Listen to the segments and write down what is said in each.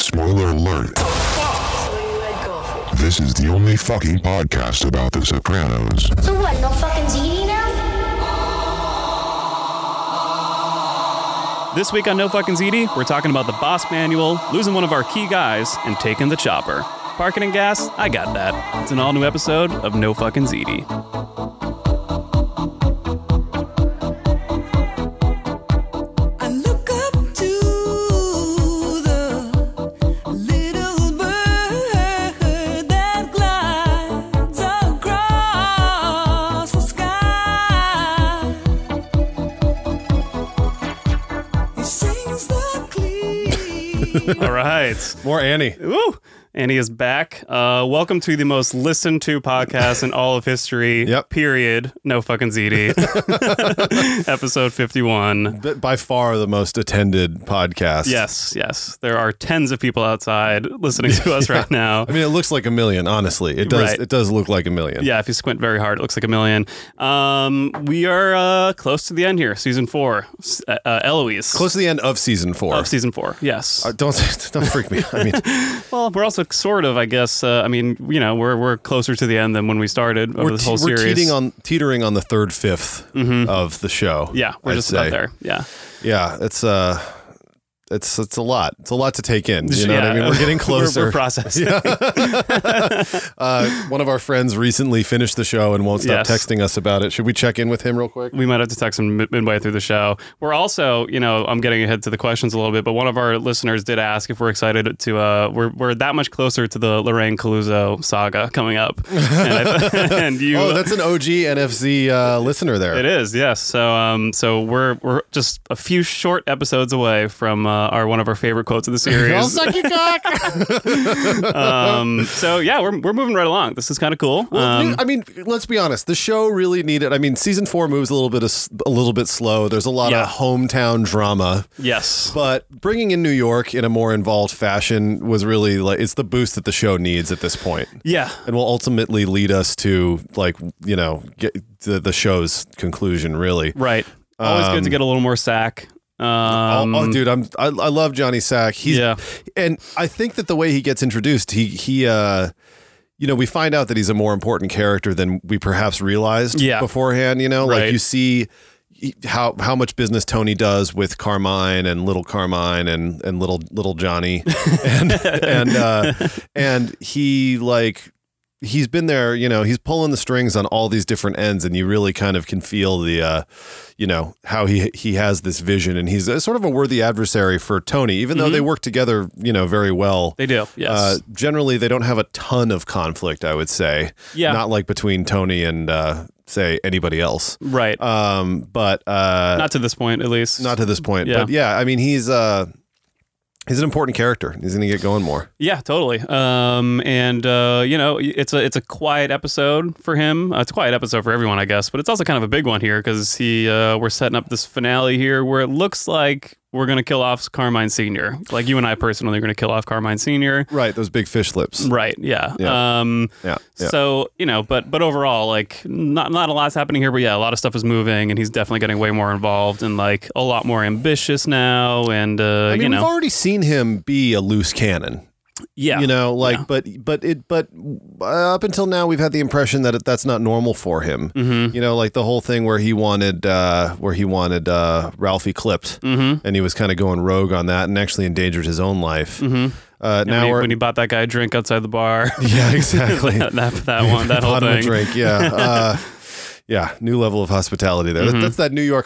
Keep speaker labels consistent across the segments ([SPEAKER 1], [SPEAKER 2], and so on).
[SPEAKER 1] Spoiler alert. This is the only fucking podcast about The Sopranos.
[SPEAKER 2] So what, no fucking ZD now?
[SPEAKER 3] This week on No Fucking ZD, we're talking about the boss manual, losing one of our key guys, and taking the chopper. Parking and gas, I got that. It's an all new episode of No Fucking ZD.
[SPEAKER 4] I look up to the little bird that glides across the sky. It sings the clear.
[SPEAKER 3] All right.
[SPEAKER 5] More Annie.
[SPEAKER 3] Woo! Andy is back. Uh, welcome to the most listened to podcast in all of history,
[SPEAKER 5] Yep.
[SPEAKER 3] period. No Fucking ZD. Episode 51.
[SPEAKER 5] B- By far the most attended podcast.
[SPEAKER 3] Yes, yes. There are tens of people outside listening to us right now.
[SPEAKER 5] I mean, it looks like a million, honestly. It does
[SPEAKER 3] Right.
[SPEAKER 5] it does look like a million.
[SPEAKER 3] Yeah, if you squint very hard, it looks like a million. Um, we are uh, close to the end here, season four. S- Uh, uh, Eloise,
[SPEAKER 5] Close to the end of season four.
[SPEAKER 3] of season four. Yes.
[SPEAKER 5] Uh, don't don't freak me. I mean,
[SPEAKER 3] well, we're also sort of, I guess. Uh, I mean, you know, we're we're closer to the end than when we started of
[SPEAKER 5] we're,
[SPEAKER 3] this
[SPEAKER 5] te-
[SPEAKER 3] whole
[SPEAKER 5] we're
[SPEAKER 3] series. Mm-hmm.
[SPEAKER 5] teetering on teetering on the third fifth of the show.
[SPEAKER 3] yeah, we're
[SPEAKER 5] I'd
[SPEAKER 3] just
[SPEAKER 5] say.
[SPEAKER 3] about there. Yeah.
[SPEAKER 5] Yeah, it's uh, it's it's a lot. It's a lot to take in. You know what I
[SPEAKER 3] Yeah.
[SPEAKER 5] mean? We're getting closer.
[SPEAKER 3] we're, processing.
[SPEAKER 5] uh, one of our friends recently finished the show and won't stop
[SPEAKER 3] Yes.
[SPEAKER 5] texting us about it. Should we check in with him real quick?
[SPEAKER 3] we might have to text him mid- midway through the show. We're also, you know, I'm getting ahead to the questions a little bit, but one of our listeners did ask if we're excited to. Uh, we're we're that much closer to the Lorraine Caluzo saga coming up, and, I, and you.
[SPEAKER 5] Oh, that's an OG NFC uh, listener there.
[SPEAKER 3] it is yes. So um, so we're we're just a few short episodes away from uh, our one of our favorite quotes of the series. um, so yeah, we're we're moving right along. This is kind of cool.
[SPEAKER 5] Well,
[SPEAKER 3] Um,
[SPEAKER 5] I mean, let's be honest. The show really needed. I mean, season four moves a little bit of, a little bit slow. There's a lot
[SPEAKER 3] Yeah.
[SPEAKER 5] of hometown drama,
[SPEAKER 3] yes.
[SPEAKER 5] but bringing in New York in a more involved fashion was really like it's the boost that the show needs at this point,
[SPEAKER 3] Yeah.
[SPEAKER 5] and will ultimately lead us to like you know get the, the show's conclusion. Really,
[SPEAKER 3] Right. Always good to get a little more sack. Um,
[SPEAKER 5] oh, oh, dude, I'm I, I love Johnny Sack. He's
[SPEAKER 3] Yeah.
[SPEAKER 5] and I think that the way he gets introduced, he he uh you know, we find out that he's a more important character than we perhaps realized
[SPEAKER 3] Yeah.
[SPEAKER 5] beforehand, you know?
[SPEAKER 3] Right.
[SPEAKER 5] Like you see how how much business Tony does with Carmine and little Carmine and and little little Johnny and and uh and he like he's been there, you know, he's pulling the strings on all these different ends and you really kind of can feel the uh you know, how he he has this vision and he's a, sort of a worthy adversary for Tony even though they work together, you know, very well.
[SPEAKER 3] Mm-hmm. They do. Yes.
[SPEAKER 5] Uh, generally, they don't have a ton of conflict, I would say.
[SPEAKER 3] Yeah.
[SPEAKER 5] Not like between Tony and, uh, say, anybody else.
[SPEAKER 3] right.
[SPEAKER 5] Um, but uh, not,
[SPEAKER 3] not to this point at least
[SPEAKER 5] to this point.
[SPEAKER 3] Yeah.
[SPEAKER 5] But yeah, I mean, he's uh, he's an important character. He's going to get going more.
[SPEAKER 3] yeah totally um and uh you know it's a it's a quiet episode for him uh, it's a quiet episode for everyone i guess but it's also kind of a big one here because he uh we're setting up this finale here where it looks like we're gonna kill off carmine senior like you and i personally are gonna kill off carmine senior
[SPEAKER 5] Right. Those big fish lips.
[SPEAKER 3] right yeah, um
[SPEAKER 5] Yeah. yeah.
[SPEAKER 3] So you know, but but overall, like not not a lot's happening here, but yeah, a lot of stuff is moving, and he's definitely getting way more involved and like a lot more ambitious now, and uh,
[SPEAKER 5] I mean,
[SPEAKER 3] you know,
[SPEAKER 5] we've already seen him be a loose cannon.
[SPEAKER 3] yeah,
[SPEAKER 5] You know, like, but, but it, but uh, up until now, we've had the impression that it, that's not normal for him.
[SPEAKER 3] Mm-hmm.
[SPEAKER 5] You know, like the whole thing where he wanted, uh, where he wanted uh, Ralphie clipped,
[SPEAKER 3] Mm-hmm.
[SPEAKER 5] and he was kind of going rogue on that, and actually endangered his own life. Uh,
[SPEAKER 3] Now
[SPEAKER 5] now we're,
[SPEAKER 3] Mm-hmm. when he bought that guy a drink outside the bar,
[SPEAKER 5] yeah, exactly.
[SPEAKER 3] that, that that one, that whole
[SPEAKER 5] Bottom of
[SPEAKER 3] thing.
[SPEAKER 5] drink, yeah. Uh, Yeah, new level of hospitality there. That- That's that New York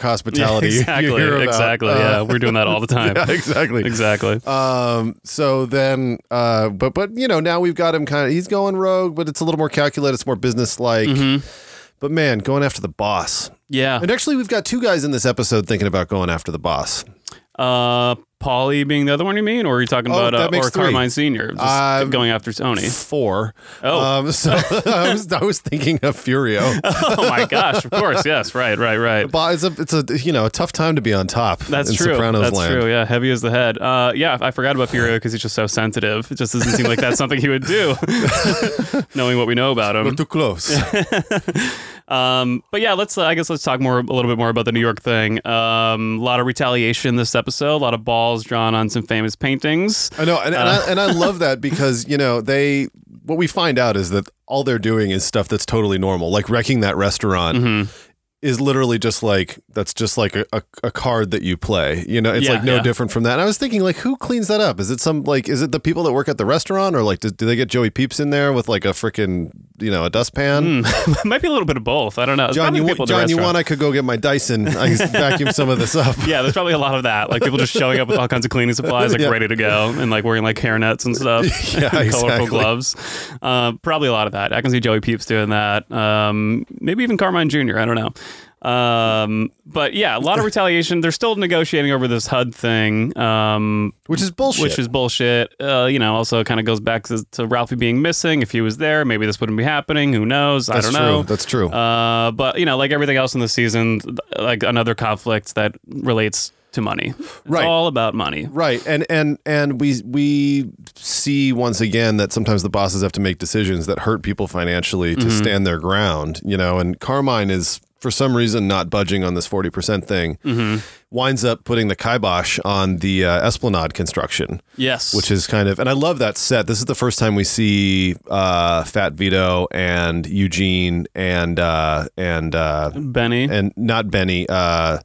[SPEAKER 5] hospitality. you-
[SPEAKER 3] Mm-hmm. exactly,
[SPEAKER 5] you hear about.
[SPEAKER 3] exactly. yeah,
[SPEAKER 5] Uh,
[SPEAKER 3] we're doing that all the time.
[SPEAKER 5] yeah, exactly.
[SPEAKER 3] exactly.
[SPEAKER 5] Um, so then, uh, but, but, you know, now we've got him kind of, he's going rogue, but it's a little more calculated. It's more business like.
[SPEAKER 3] Mm-hmm.
[SPEAKER 5] But man, going after the boss.
[SPEAKER 3] Yeah,
[SPEAKER 5] And actually, we've got two guys in this episode thinking about going after the boss.
[SPEAKER 3] uh, Paulie being the other one, you mean, or are you talking
[SPEAKER 5] Oh,
[SPEAKER 3] about uh,
[SPEAKER 5] that makes
[SPEAKER 3] or
[SPEAKER 5] three.
[SPEAKER 3] Carmine Senior just
[SPEAKER 5] Um,
[SPEAKER 3] going after Tony?
[SPEAKER 5] Four.
[SPEAKER 3] Oh.
[SPEAKER 5] Um, so I was, I was thinking of Furio.
[SPEAKER 3] oh my gosh! Of course, yes, right, right, right.
[SPEAKER 5] But it's a, it's a, you know, a tough time to be on top.
[SPEAKER 3] That's
[SPEAKER 5] in
[SPEAKER 3] true.
[SPEAKER 5] Sopranos
[SPEAKER 3] that's
[SPEAKER 5] land.
[SPEAKER 3] true. Yeah, heavy as the head. Uh, yeah, I forgot about Furio because he's just so sensitive. It just doesn't seem like that's something he would do, knowing what we know about him.
[SPEAKER 5] Too close.
[SPEAKER 3] Um, but yeah, let's. Uh, I guess let's talk more a little bit more about the New York thing. Um, a lot of retaliation this episode. A lot of balls drawn on some famous paintings.
[SPEAKER 5] I know, and, and,
[SPEAKER 3] Uh.
[SPEAKER 5] I, and I love that because you know they. What we find out is that all they're doing is stuff that's totally normal, like wrecking that restaurant.
[SPEAKER 3] Mm-hmm.
[SPEAKER 5] Is literally just like that's just like a, a, a card that you play. You know, it's
[SPEAKER 3] Yeah,
[SPEAKER 5] like no
[SPEAKER 3] yeah.
[SPEAKER 5] different from that. And I was thinking, like, who cleans that up? Is it some like is it the people that work at the restaurant, or like do, do they get Joey Peeps in there with like a freaking you know a dustpan?
[SPEAKER 3] Might be a little bit of both. I don't know. It's
[SPEAKER 5] John,
[SPEAKER 3] probably
[SPEAKER 5] you
[SPEAKER 3] the
[SPEAKER 5] want,
[SPEAKER 3] Hmm. people at the
[SPEAKER 5] John, you
[SPEAKER 3] restaurant.
[SPEAKER 5] want? I could go get my Dyson. I can vacuum some of this up.
[SPEAKER 3] yeah, there's probably a lot of that. Like people just showing up with all kinds of cleaning supplies, like
[SPEAKER 5] Yeah.
[SPEAKER 3] ready to go, and like wearing like hairnets and stuff,
[SPEAKER 5] Yeah,
[SPEAKER 3] and colorful
[SPEAKER 5] exactly.
[SPEAKER 3] gloves. Uh, probably a lot of that. I can see Joey Peeps doing that. Um, maybe even Carmine Jr. I don't know. Um, but yeah, a lot of retaliation. They're still negotiating over this HUD thing, um,
[SPEAKER 5] Which is bullshit.
[SPEAKER 3] which is bullshit. Uh, you know, also kind of goes back to, to Ralphie being missing. If he was there, maybe this wouldn't be happening. Who knows?
[SPEAKER 5] That's
[SPEAKER 3] I don't
[SPEAKER 5] true.
[SPEAKER 3] know.
[SPEAKER 5] That's true.
[SPEAKER 3] Uh, but you know, like everything else in the season, th- like another conflict that relates to money. It's
[SPEAKER 5] Right.
[SPEAKER 3] all about money.
[SPEAKER 5] right and and and we we see once again that sometimes the bosses have to make decisions that hurt people financially to stand their ground you know and carmine is for some reason not budging on this 40% thing winds up putting the kibosh on the uh, esplanade construction
[SPEAKER 3] Yes.
[SPEAKER 5] which is kind of and i love that set this is the first time we see uh, fat vito and eugene and uh, and uh,
[SPEAKER 3] Benny.
[SPEAKER 5] and not benny uh,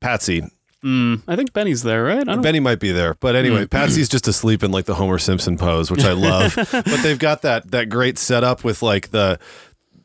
[SPEAKER 5] patsy
[SPEAKER 3] I think Benny's there, right? I don't. Hmm.
[SPEAKER 5] Benny might be there, but anyway, Patsy's just asleep in like the Homer Simpson pose, which I love. but they've got that that great setup with like the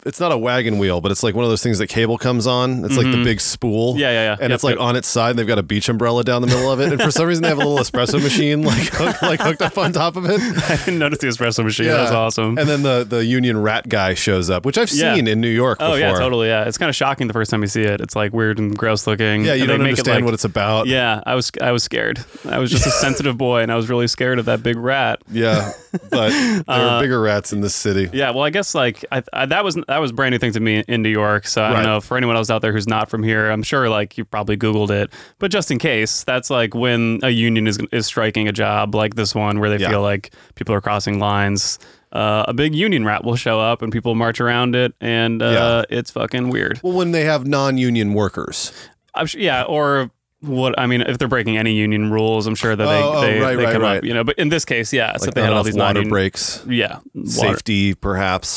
[SPEAKER 5] it's not a wagon wheel, but it's like one of those things that cable comes on. It's like the big spool.
[SPEAKER 3] Mm-hmm. Yeah, yeah, yeah.
[SPEAKER 5] And
[SPEAKER 3] Yep,
[SPEAKER 5] it's like
[SPEAKER 3] yep.
[SPEAKER 5] on its side. And they've got a beach umbrella down the middle of it, and for some reason they have a little espresso machine like hooked, like hooked up on top of it.
[SPEAKER 3] I didn't notice the espresso machine. That was awesome.
[SPEAKER 5] And then the the Union Rat guy shows up, which I've
[SPEAKER 3] Yeah.
[SPEAKER 5] seen in New York.
[SPEAKER 3] Oh
[SPEAKER 5] before.
[SPEAKER 3] yeah, totally. Yeah, it's kind of shocking the first time you see it. It's like weird and gross looking.
[SPEAKER 5] Yeah,
[SPEAKER 3] And
[SPEAKER 5] you
[SPEAKER 3] they
[SPEAKER 5] don't
[SPEAKER 3] make it,
[SPEAKER 5] understand
[SPEAKER 3] like-
[SPEAKER 5] what it's about.
[SPEAKER 3] Yeah, I was I was scared. I was just a sensitive boy, and I was really scared of that big rat.
[SPEAKER 5] Yeah, but there
[SPEAKER 3] Uh,
[SPEAKER 5] are bigger rats in this city.
[SPEAKER 3] Yeah, well, I guess like I, I, that was that was a brand new thing to me in New York. So I
[SPEAKER 5] Right.
[SPEAKER 3] don't know for anyone else out there who's not from here. I'm sure like you probably Googled it, but just in case, that's like when a union is is striking a job like this one where they
[SPEAKER 5] Yeah.
[SPEAKER 3] feel like people are crossing lines. Uh, a big union rat will show up and people march around it, and uh, it's fucking weird.
[SPEAKER 5] Well, when they have non-union workers.
[SPEAKER 3] I'm sure, yeah, or what? I mean, if they're breaking any union rules, I'm sure that they
[SPEAKER 5] Oh, oh,
[SPEAKER 3] they,
[SPEAKER 5] right,
[SPEAKER 3] they
[SPEAKER 5] right,
[SPEAKER 3] come
[SPEAKER 5] right.
[SPEAKER 3] up, you know. But in this case, yeah, so
[SPEAKER 5] like
[SPEAKER 3] they
[SPEAKER 5] not
[SPEAKER 3] had all
[SPEAKER 5] enough
[SPEAKER 3] these
[SPEAKER 5] water
[SPEAKER 3] non-union-
[SPEAKER 5] breaks,
[SPEAKER 3] Yeah, water- Mm-hmm.
[SPEAKER 5] safety perhaps.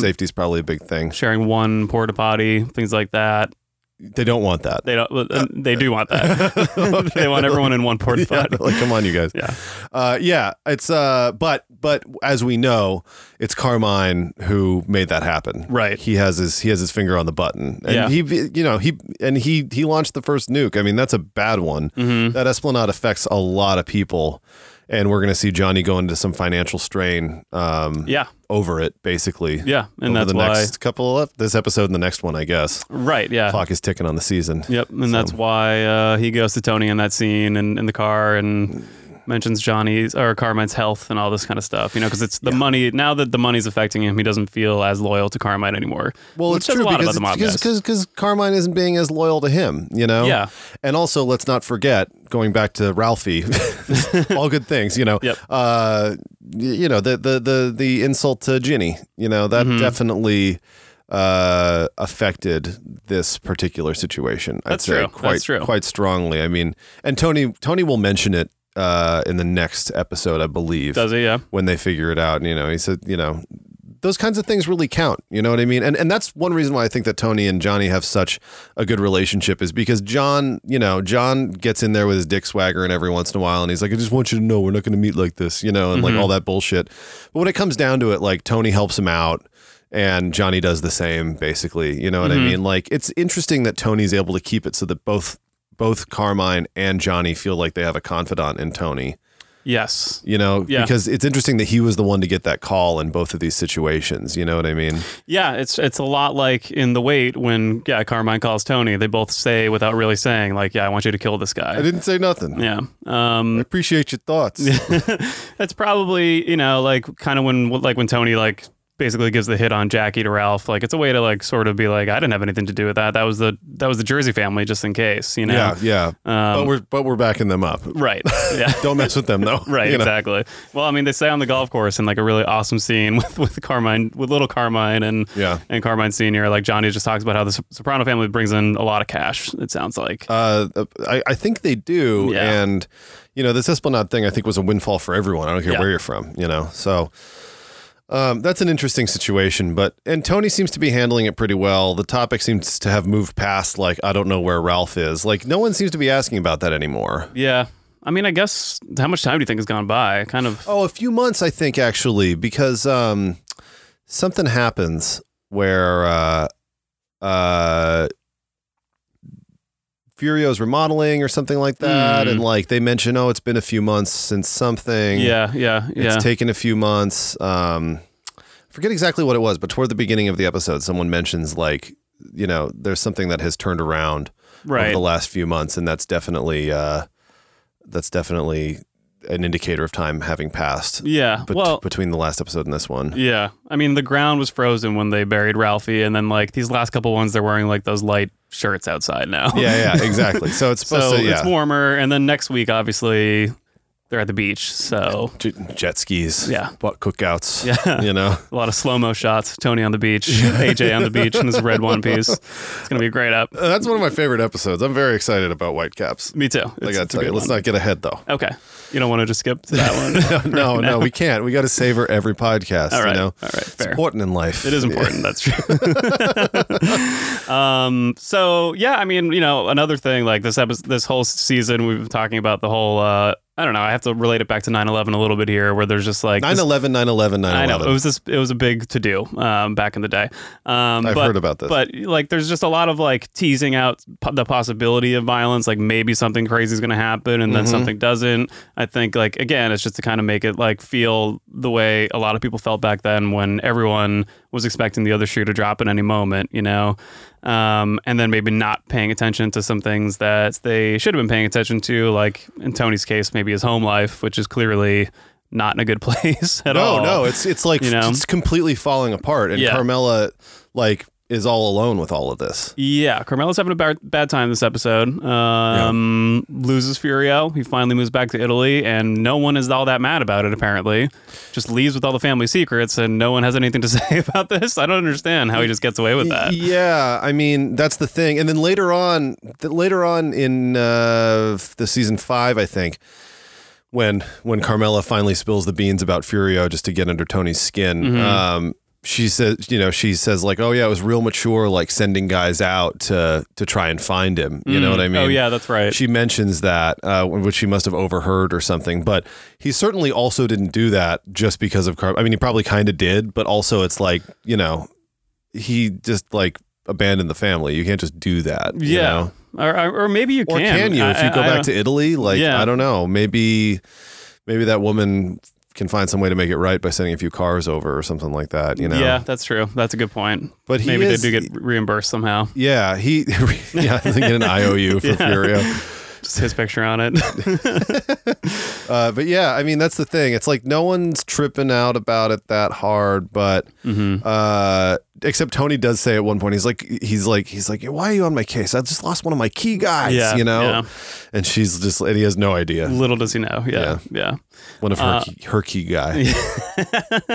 [SPEAKER 5] Safety's probably a big thing.
[SPEAKER 3] sharing one porta potty, things like that.
[SPEAKER 5] They don't want that.
[SPEAKER 3] They don't. well, uh, They do want that. they want everyone in one porta
[SPEAKER 5] yeah,
[SPEAKER 3] potty.
[SPEAKER 5] like come on, you guys.
[SPEAKER 3] Yeah.
[SPEAKER 5] uh, yeah. It's uh, but but as we know, it's Carmine who made that happen.
[SPEAKER 3] Right.
[SPEAKER 5] He has his he has his finger on the button, and
[SPEAKER 3] Yeah.
[SPEAKER 5] he you know he and he he launched the first nuke. I mean that's a bad one.
[SPEAKER 3] Mm-hmm.
[SPEAKER 5] That Esplanade affects a lot of people, and we're gonna see Johnny go into some financial strain. Um,
[SPEAKER 3] Yeah,
[SPEAKER 5] Over it, basically.
[SPEAKER 3] yeah, and
[SPEAKER 5] over
[SPEAKER 3] that's
[SPEAKER 5] the
[SPEAKER 3] why.
[SPEAKER 5] next couple of this episode and the next one, I guess.
[SPEAKER 3] Right. Yeah.
[SPEAKER 5] Clock is ticking on the season.
[SPEAKER 3] Yep. And that's why uh, he goes to Tony in that scene and in the car and mentions Johnny's or Carmine's health and all this kind of stuff. You know, because it's the money. Now that the money's affecting him, he doesn't feel as loyal to Carmine anymore.
[SPEAKER 5] Well,
[SPEAKER 3] which
[SPEAKER 5] it's
[SPEAKER 3] says a
[SPEAKER 5] true
[SPEAKER 3] lot
[SPEAKER 5] because
[SPEAKER 3] about the mob
[SPEAKER 5] it's-
[SPEAKER 3] guys.
[SPEAKER 5] because because Carmine isn't being as loyal to him, you know.
[SPEAKER 3] Yeah.
[SPEAKER 5] And also, let's not forget going back to Ralphie. all good things, you know.
[SPEAKER 3] Yep.
[SPEAKER 5] Uh, y- you know the the the the insult to Ginny, you know that
[SPEAKER 3] Mm-hmm.
[SPEAKER 5] definitely uh affected this particular situation i'd
[SPEAKER 3] That's
[SPEAKER 5] say
[SPEAKER 3] true.
[SPEAKER 5] quite
[SPEAKER 3] That's true.
[SPEAKER 5] quite strongly i mean and tony tony will mention it uh in the next episode i believe
[SPEAKER 3] Does he? Yeah.
[SPEAKER 5] when they figure it out. And, you know, he said, you know, those kinds of things really count. You know what I mean? And and that's one reason why I think that Tony and Johnny have such a good relationship is because John, you know, John gets in there with his dick swagger and every once in a while and he's like, I just want you to know we're not gonna meet like this, you know, and like all that bullshit. But when it comes down to it, like Tony helps him out and Johnny does the same, basically. You know what I mean? Like it's interesting that Tony's able to keep it so that both both Carmine and Johnny feel like they have a confidant in Tony
[SPEAKER 3] Yes.
[SPEAKER 5] you know,
[SPEAKER 3] Yeah.
[SPEAKER 5] because it's interesting that he was the one to get that call in both of these situations. You know what I mean?
[SPEAKER 3] Yeah, it's it's a lot like in the wait when yeah Carmine calls Tony. They both say without really saying like yeah I want you to kill this
[SPEAKER 5] I
[SPEAKER 3] guy.
[SPEAKER 5] didn't say nothing.
[SPEAKER 3] Yeah, um,
[SPEAKER 5] I appreciate your thoughts.
[SPEAKER 3] that's probably you know like kind of when like when Tony like basically gives the hit on Jackie to Ralph. Like it's a way to like sort of be like, I didn't have anything to do with that. That was the that was the Jersey family, just in case, you know.
[SPEAKER 5] Yeah, yeah. but
[SPEAKER 3] Um,
[SPEAKER 5] we're but we're backing them up.
[SPEAKER 3] Right. Yeah.
[SPEAKER 5] Don't mess with them though.
[SPEAKER 3] Right,
[SPEAKER 5] You know?
[SPEAKER 3] exactly. Well, I mean, they say on the golf course in like a really awesome scene with with Carmine, with little Carmine and
[SPEAKER 5] Yeah.
[SPEAKER 3] and Carmine Senior. Like Johnny just talks about how the Sop- Soprano family brings in a lot of cash. It sounds like
[SPEAKER 5] Uh, I, I think they do,
[SPEAKER 3] Yeah.
[SPEAKER 5] and you know this Esplanade thing I think was a windfall for everyone. I don't care
[SPEAKER 3] Yeah.
[SPEAKER 5] where you're from, you know. So um, that's an interesting situation, but and Tony seems to be handling it pretty well. The topic seems to have moved past like I don't know where Ralph is. Like no one seems to be asking about that anymore.
[SPEAKER 3] yeah. I mean, I guess how much time do you think has gone by? Kind of.
[SPEAKER 5] Oh, a few months, I think, actually, because um, something happens where uh, uh, Furio's remodeling or something like that.
[SPEAKER 3] Hmm.
[SPEAKER 5] And like they mention, oh, it's been a few months since something.
[SPEAKER 3] yeah, yeah, yeah.
[SPEAKER 5] It's taken a few months. Um, I forget exactly what it was, but toward the beginning of the episode, someone mentions, like, you know, there's something that has turned around over
[SPEAKER 3] right.
[SPEAKER 5] the last few months, and that's definitely uh, that's definitely an indicator of time having passed
[SPEAKER 3] Yeah.
[SPEAKER 5] bet-
[SPEAKER 3] well.
[SPEAKER 5] between the last episode and this one.
[SPEAKER 3] yeah. I mean, the ground was frozen when they buried Ralphie, and then like these last couple ones, they're wearing like those light shirts outside now.
[SPEAKER 5] Yeah, yeah, exactly. So it's supposed
[SPEAKER 3] So
[SPEAKER 5] to, yeah.
[SPEAKER 3] it's warmer, and then next week, obviously, they're at the beach. So
[SPEAKER 5] J- jet skis,
[SPEAKER 3] Yeah.
[SPEAKER 5] butt cookouts,
[SPEAKER 3] Yeah.
[SPEAKER 5] you know.
[SPEAKER 3] A lot of slow mo shots. Tony on the beach, AJ on the beach in his red one piece. It's gonna be a great up.
[SPEAKER 5] Uh, That's one of my favorite episodes. I'm very excited about Whitecaps.
[SPEAKER 3] Me too. It's,
[SPEAKER 5] I gotta
[SPEAKER 3] it's a
[SPEAKER 5] tell you,
[SPEAKER 3] good
[SPEAKER 5] let's
[SPEAKER 3] one.
[SPEAKER 5] not get ahead though.
[SPEAKER 3] Okay, you don't want to just skip to that one.
[SPEAKER 5] No, no, we can't. We got to savor every podcast.
[SPEAKER 3] All right,
[SPEAKER 5] you know,
[SPEAKER 3] all right,
[SPEAKER 5] it's
[SPEAKER 3] fair.
[SPEAKER 5] important in life.
[SPEAKER 3] It is important. That's true. um, so yeah, I mean, you know, another thing like this episode, this whole season, we've been talking about the whole. Uh, I don't know. I have to relate it back to 9-11 a little bit here, where there's just like this-
[SPEAKER 5] 9/11, 9/11, 9/11.
[SPEAKER 3] I know it was this. It was a big to do um, back in the day. Um,
[SPEAKER 5] I've
[SPEAKER 3] but,
[SPEAKER 5] heard about this.
[SPEAKER 3] but like, there's just a lot of like teasing out po- the possibility of violence. Like maybe something crazy is going to happen, and
[SPEAKER 5] Mm-hmm.
[SPEAKER 3] then something doesn't. I think like again, it's just to kind of make it like feel the way a lot of people felt back then when everyone was expecting the other shoe to drop at any moment. You know. Um, and then maybe not paying attention to some things that they should have been paying attention to, like in Tony's case, maybe his home life, which is clearly not in a good place at all.
[SPEAKER 5] no, no, it's it's like
[SPEAKER 3] You know?
[SPEAKER 5] it's completely falling apart, and
[SPEAKER 3] Yeah.
[SPEAKER 5] Carmela like is all alone with all of this.
[SPEAKER 3] Yeah, Carmelo's having a bad, bad time this episode. Um, Loses Furio. He finally moves back to Italy, and no one is all that mad about it, apparently. Just leaves with all the family secrets, and no one has anything to say about this. I don't understand how he just gets away with that.
[SPEAKER 5] Yeah, I mean that's the thing. And then later on, th- later on in uh, the season five, I think, when when Carmela finally spills the beans about Furio just to get under Tony's skin,
[SPEAKER 3] Mm-hmm.
[SPEAKER 5] um, she says, you know, she says like, oh yeah, it was real mature, like sending guys out to to try and find him. You know what I mean?
[SPEAKER 3] Oh, yeah, that's right.
[SPEAKER 5] She mentions that, uh, which she must have overheard or something. But he certainly also didn't do that just because of Car. I mean, he probably kind of did, but also it's like you know, he just like abandoned the family. You can't just do that. you
[SPEAKER 3] yeah.
[SPEAKER 5] know?
[SPEAKER 3] Or, or, or maybe you
[SPEAKER 5] Or
[SPEAKER 3] can.
[SPEAKER 5] can, you? If
[SPEAKER 3] I-
[SPEAKER 5] you go
[SPEAKER 3] I- I
[SPEAKER 5] back
[SPEAKER 3] don't-
[SPEAKER 5] to Italy, like
[SPEAKER 3] Yeah.
[SPEAKER 5] I don't know, maybe maybe that woman can find some way to make it right by sending a few cars over or something like that. You know.
[SPEAKER 3] Yeah, that's true. That's a good point.
[SPEAKER 5] But he
[SPEAKER 3] maybe
[SPEAKER 5] is-
[SPEAKER 3] they do get reimbursed somehow.
[SPEAKER 5] Yeah, he yeah, they get an IOU for Furio.
[SPEAKER 3] Just his picture on it.
[SPEAKER 5] Uh, but yeah, I mean that's the thing. It's like no one's tripping out about it that hard, but
[SPEAKER 3] Mm-hmm.
[SPEAKER 5] uh, except Tony does say at one point he's like he's like he's like why are you on my case? I just lost one of my key guys,
[SPEAKER 3] Yeah,
[SPEAKER 5] you know.
[SPEAKER 3] yeah.
[SPEAKER 5] And she's just and he has no idea
[SPEAKER 3] Little does he know.
[SPEAKER 5] Yeah.
[SPEAKER 3] Yeah. yeah.
[SPEAKER 5] one of her
[SPEAKER 3] uh,
[SPEAKER 5] key, her key guy.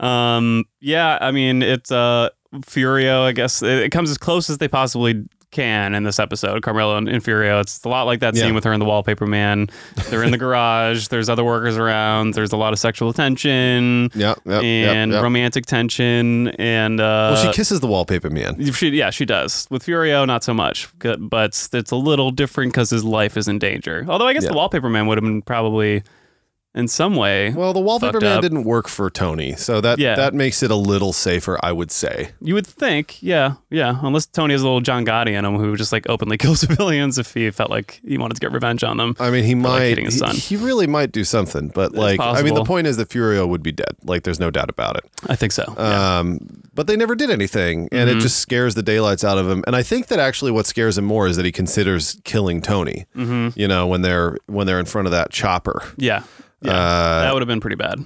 [SPEAKER 3] um, yeah, I mean, it's uh, Furio, I guess. It, it comes as close as they possibly can in this episode, Carmelo and, and Furio. It's a lot like that
[SPEAKER 5] Yeah.
[SPEAKER 3] scene with her and the wallpaper man. They're in the garage, there's other workers around, there's a lot of sexual tension
[SPEAKER 5] Yeah, yeah, yeah,
[SPEAKER 3] and
[SPEAKER 5] yeah.
[SPEAKER 3] romantic tension. And uh,
[SPEAKER 5] well, she kisses the wallpaper man.
[SPEAKER 3] she- yeah, she does. With Furio, not so much, Good- but it's a little different because his life is in danger. Although I guess
[SPEAKER 5] Yeah.
[SPEAKER 3] the wallpaper man would have been probably, in some way,
[SPEAKER 5] Well, the wallpaper
[SPEAKER 3] Fucked
[SPEAKER 5] man
[SPEAKER 3] up.
[SPEAKER 5] didn't work for Tony, so that
[SPEAKER 3] Yeah.
[SPEAKER 5] that makes it a little safer, I would say.
[SPEAKER 3] You would think, yeah, yeah. Unless Tony has a little John Gotti in him who just like openly kills civilians if he felt like he wanted to get revenge on them.
[SPEAKER 5] I mean, he
[SPEAKER 3] like,
[SPEAKER 5] might.
[SPEAKER 3] hitting his
[SPEAKER 5] he-
[SPEAKER 3] son.
[SPEAKER 5] he, really might do something, but like, I mean, the
[SPEAKER 3] possible.
[SPEAKER 5] point is that Furio would be dead. Like, there's no doubt about it.
[SPEAKER 3] I think so. yeah. Mm-hmm.
[SPEAKER 5] Um, but they never did anything, and it just scares the daylights out of him. And I think that actually what scares him more is that he considers killing Tony.
[SPEAKER 3] Mm-hmm.
[SPEAKER 5] You know, when they're when they're in front of that chopper.
[SPEAKER 3] Yeah. Yeah.
[SPEAKER 5] uh,
[SPEAKER 3] that would have been pretty bad.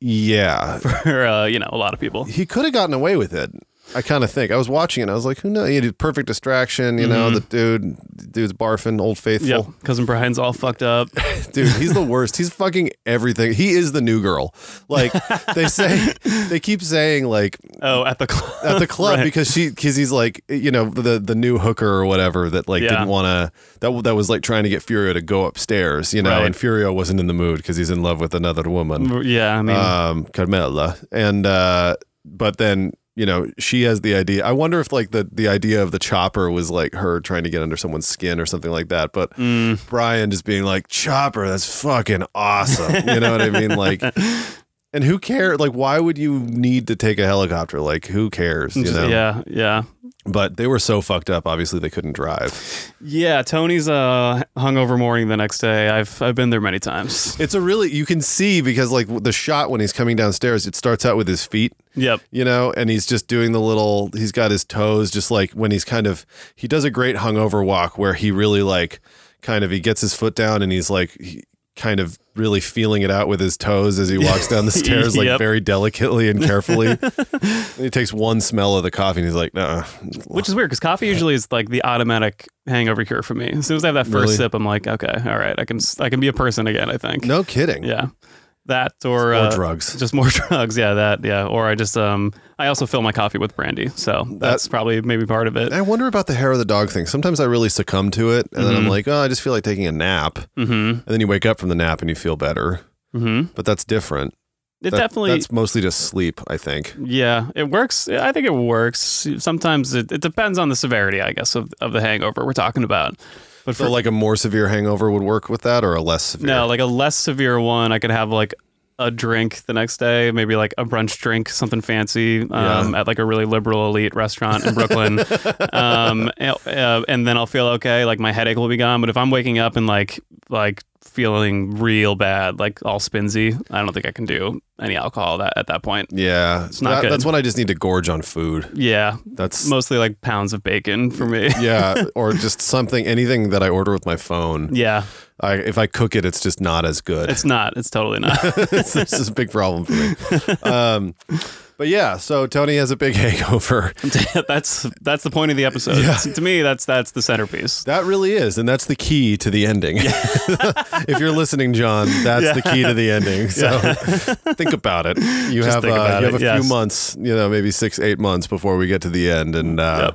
[SPEAKER 5] yeah,
[SPEAKER 3] for uh, you know a lot of people.
[SPEAKER 5] he could have gotten away with it. I kind of think I was watching it. and I was like, who knows? He had perfect distraction. You
[SPEAKER 3] Mm-hmm.
[SPEAKER 5] know, the dude, the dude's barfing, old
[SPEAKER 3] Yep,
[SPEAKER 5] faithful.
[SPEAKER 3] cousin Brian's all fucked up.
[SPEAKER 5] Dude, he's the worst. He's fucking everything. He is the new girl. Like they say, they keep saying like
[SPEAKER 3] Oh, at the club.
[SPEAKER 5] at the club
[SPEAKER 3] Right.
[SPEAKER 5] because she because he's like you know the the new hooker or whatever that like
[SPEAKER 3] Yeah.
[SPEAKER 5] didn't want to that that was like trying to get Furio to go upstairs. You know,
[SPEAKER 3] Right.
[SPEAKER 5] and Furio wasn't in the mood because he's in love with another woman.
[SPEAKER 3] yeah, I mean,
[SPEAKER 5] um, Carmela, and uh, but then you know she has the idea. I wonder if like the the idea of the chopper was like her trying to get under someone's skin or something like that. But Brian just being like chopper, that's fucking awesome. You know what I mean? Like. And who cares? Like, why would you need to take a helicopter? Like, who cares? You know.
[SPEAKER 3] yeah, yeah,
[SPEAKER 5] But they were so fucked up. Obviously, they couldn't drive.
[SPEAKER 3] yeah. Tony's uh hungover morning the next day. I've I've been there many times.
[SPEAKER 5] It's a really you can see because like the shot when he's coming downstairs, it starts out with his feet.
[SPEAKER 3] Yep.
[SPEAKER 5] you know, and he's just doing the little, he's got his toes just like when he's kind of, he does a great hungover walk where he really like kind of, he gets his foot down and he's like, he kind of really feeling it out with his toes as he walks down the stairs, like
[SPEAKER 3] Yep.
[SPEAKER 5] very delicately and carefully. And he takes one smell of the coffee and he's like, nah,
[SPEAKER 3] Which is weird because coffee usually is like the automatic hangover cure for me. As soon as I have that first
[SPEAKER 5] Really?
[SPEAKER 3] sip, I'm like, okay, all right, I can s- I can be a person again. I think.
[SPEAKER 5] no kidding.
[SPEAKER 3] Yeah. That or,
[SPEAKER 5] Just more
[SPEAKER 3] uh,
[SPEAKER 5] drugs.
[SPEAKER 3] Just more drugs. Yeah, that. Yeah. Or I just um I also fill my coffee with brandy, so that's probably maybe part of it.
[SPEAKER 5] I wonder about the hair of the dog thing. Sometimes I really succumb to it, and
[SPEAKER 3] Mm-hmm.
[SPEAKER 5] then I'm like, oh, I just feel like taking a nap. Mm-hmm. And then you wake up from the nap and you feel better. Mm-hmm. But that's different.
[SPEAKER 3] It
[SPEAKER 5] That-
[SPEAKER 3] definitely.
[SPEAKER 5] That's mostly just sleep, I think.
[SPEAKER 3] yeah, it works. I think it works. Sometimes it, it depends on the severity, I guess, of, of the hangover we're talking about. But for
[SPEAKER 5] So, like a more severe hangover would work with that, or a less severe.
[SPEAKER 3] no, like a less severe one, I could have like a drink the next day, maybe like a brunch drink, something fancy, um, at like a really liberal elite restaurant in Brooklyn, um, and, uh, and then I'll feel okay. Like my headache will be gone. But if I'm waking up and like like feeling real bad, like all spinsy, I don't think I can do any alcohol that at that point.
[SPEAKER 5] yeah, it's
[SPEAKER 3] not good.
[SPEAKER 5] That's when I just need to gorge on food.
[SPEAKER 3] Yeah,
[SPEAKER 5] That's
[SPEAKER 3] mostly like pounds of bacon for me.
[SPEAKER 5] yeah, or just something, anything that I order with my phone.
[SPEAKER 3] yeah,
[SPEAKER 5] I, if I cook it, it's just not as good.
[SPEAKER 3] it's not. It's totally not.
[SPEAKER 5] this is a big problem for me. Um, but yeah, so Tony has a big hangover.
[SPEAKER 3] that's that's the point of the episode. To me, that's that's the centerpiece.
[SPEAKER 5] That really is, and that's the key to the ending. if you're listening, John, that's the key to the ending. So think about it. You have
[SPEAKER 3] think
[SPEAKER 5] uh,
[SPEAKER 3] about
[SPEAKER 5] you have a
[SPEAKER 3] it, yes.
[SPEAKER 5] few months, you know, maybe six, eight months before we get to the end, and uh,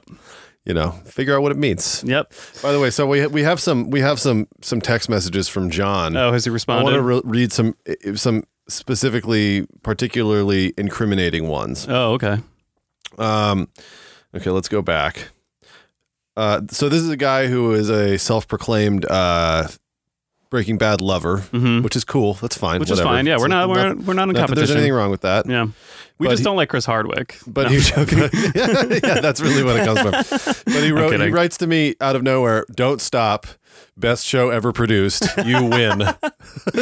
[SPEAKER 5] you know, figure out what it means.
[SPEAKER 3] Yep.
[SPEAKER 5] By the way, so we we have some we have some some text messages from John.
[SPEAKER 3] Oh, has he
[SPEAKER 5] I
[SPEAKER 3] responded?
[SPEAKER 5] want to re- read some eh, some specifically particularly incriminating ones.
[SPEAKER 3] Oh, okay.
[SPEAKER 5] Um, okay, let's go back. Uh, so this is a guy who is a self-proclaimed uh, Breaking Bad lover, which is cool. That's fine.
[SPEAKER 3] Mm-hmm. Which
[SPEAKER 5] whatever.
[SPEAKER 3] is fine. Yeah,
[SPEAKER 5] It's
[SPEAKER 3] we're not, we're we're not in
[SPEAKER 5] not that there's
[SPEAKER 3] competition.
[SPEAKER 5] anything wrong with that.
[SPEAKER 3] Yeah. We
[SPEAKER 5] But
[SPEAKER 3] just
[SPEAKER 5] he-
[SPEAKER 3] don't like Chris Hardwick.
[SPEAKER 5] But he yeah, that's really what it comes from. But he wrote, he
[SPEAKER 3] kidding.
[SPEAKER 5] writes to me out of nowhere. Don't stop. Best show ever produced. You win.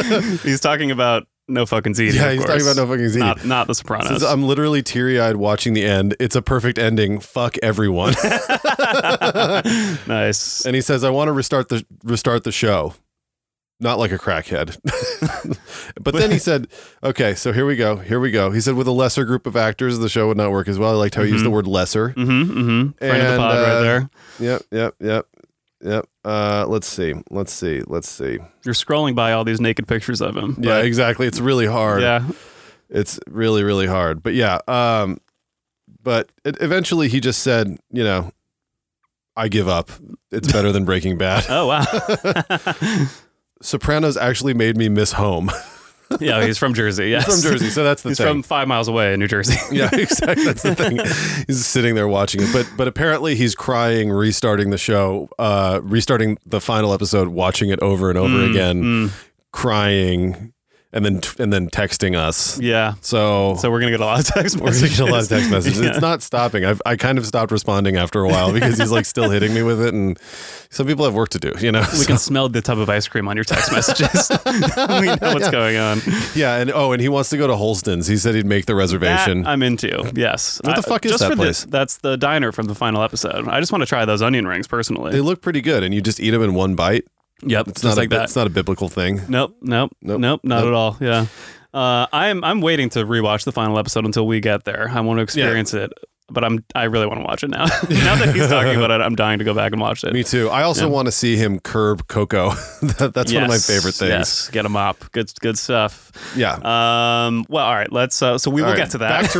[SPEAKER 3] He's talking about no fucking ziti.
[SPEAKER 5] yeah,
[SPEAKER 3] of
[SPEAKER 5] he's talking
[SPEAKER 3] course.
[SPEAKER 5] about no fucking zini.
[SPEAKER 3] Not, not The
[SPEAKER 5] Says,
[SPEAKER 3] Sopranos.
[SPEAKER 5] I'm literally teary eyed watching the end. It's a perfect ending. Fuck everyone.
[SPEAKER 3] nice.
[SPEAKER 5] and he says, "I want to restart the restart the show." Not like a crackhead. but then he said, okay, so here we go. Here we go. He said, with a lesser group of actors, the show would not work as well. I liked how he used the word lesser.
[SPEAKER 3] Mm-hmm, mm-hmm. Friend of the
[SPEAKER 5] And,
[SPEAKER 3] pod right
[SPEAKER 5] uh,
[SPEAKER 3] there.
[SPEAKER 5] Yep, yep, yep, yep. Uh, let's see. Let's see. Let's see.
[SPEAKER 3] You're scrolling by all these naked pictures of him.
[SPEAKER 5] Yeah, exactly. It's really hard.
[SPEAKER 3] Yeah.
[SPEAKER 5] It's really, really hard. But yeah. Um, but it, eventually he just said, you know, I give up. It's better than Breaking Bad.
[SPEAKER 3] Oh, wow.
[SPEAKER 5] Sopranos actually made me miss home.
[SPEAKER 3] yeah, he's from Jersey. Yes.
[SPEAKER 5] from Jersey. So that's the
[SPEAKER 3] He's
[SPEAKER 5] thing.
[SPEAKER 3] from five miles away in New Jersey.
[SPEAKER 5] yeah, exactly. That's the thing. He's sitting there watching it, but but apparently he's crying, restarting the show, uh, restarting the final episode, watching it over and over
[SPEAKER 3] Mm,
[SPEAKER 5] again, crying, and then and then texting us.
[SPEAKER 3] yeah.
[SPEAKER 5] So,
[SPEAKER 3] So we're going to get a lot of text
[SPEAKER 5] we're
[SPEAKER 3] messages.
[SPEAKER 5] getting a lot of text messages.
[SPEAKER 3] Yeah.
[SPEAKER 5] It's not stopping. I've, I kind of stopped responding after a while because he's like still hitting me with it, and some people have work to do, you know.
[SPEAKER 3] we can smell the tub of ice cream on your text messages. we know what's going on.
[SPEAKER 5] yeah, and oh, and he wants to go to Holston's. He said he'd make the reservation.
[SPEAKER 3] That I'm into. Yes.
[SPEAKER 5] What the
[SPEAKER 3] I-
[SPEAKER 5] fuck is
[SPEAKER 3] just
[SPEAKER 5] that
[SPEAKER 3] for the-
[SPEAKER 5] place?
[SPEAKER 3] that's the diner from the final episode. I just want to try those onion rings personally.
[SPEAKER 5] they look pretty good, and you just eat them in one bite.
[SPEAKER 3] yep. It's
[SPEAKER 5] It's
[SPEAKER 3] just
[SPEAKER 5] not a,
[SPEAKER 3] like
[SPEAKER 5] bi-
[SPEAKER 3] that.
[SPEAKER 5] It's not a biblical thing.
[SPEAKER 3] nope. Nope. Nope. Not
[SPEAKER 5] nope.
[SPEAKER 3] at all. Yeah. Uh, I'm I'm waiting to rewatch the final episode until we get there. I want to experience it, but I'm I really want to watch it now. now that he's talking about it, I'm dying to go back and watch it.
[SPEAKER 5] Me too. I also want to see him curb Coco. That- That's one of my
[SPEAKER 3] Yes,
[SPEAKER 5] favorite things.
[SPEAKER 3] Yes, get him up. Good good stuff.
[SPEAKER 5] Yeah.
[SPEAKER 3] Um. Well, all right. Let's. Uh, so we will
[SPEAKER 5] All right,
[SPEAKER 3] get to that.
[SPEAKER 5] back to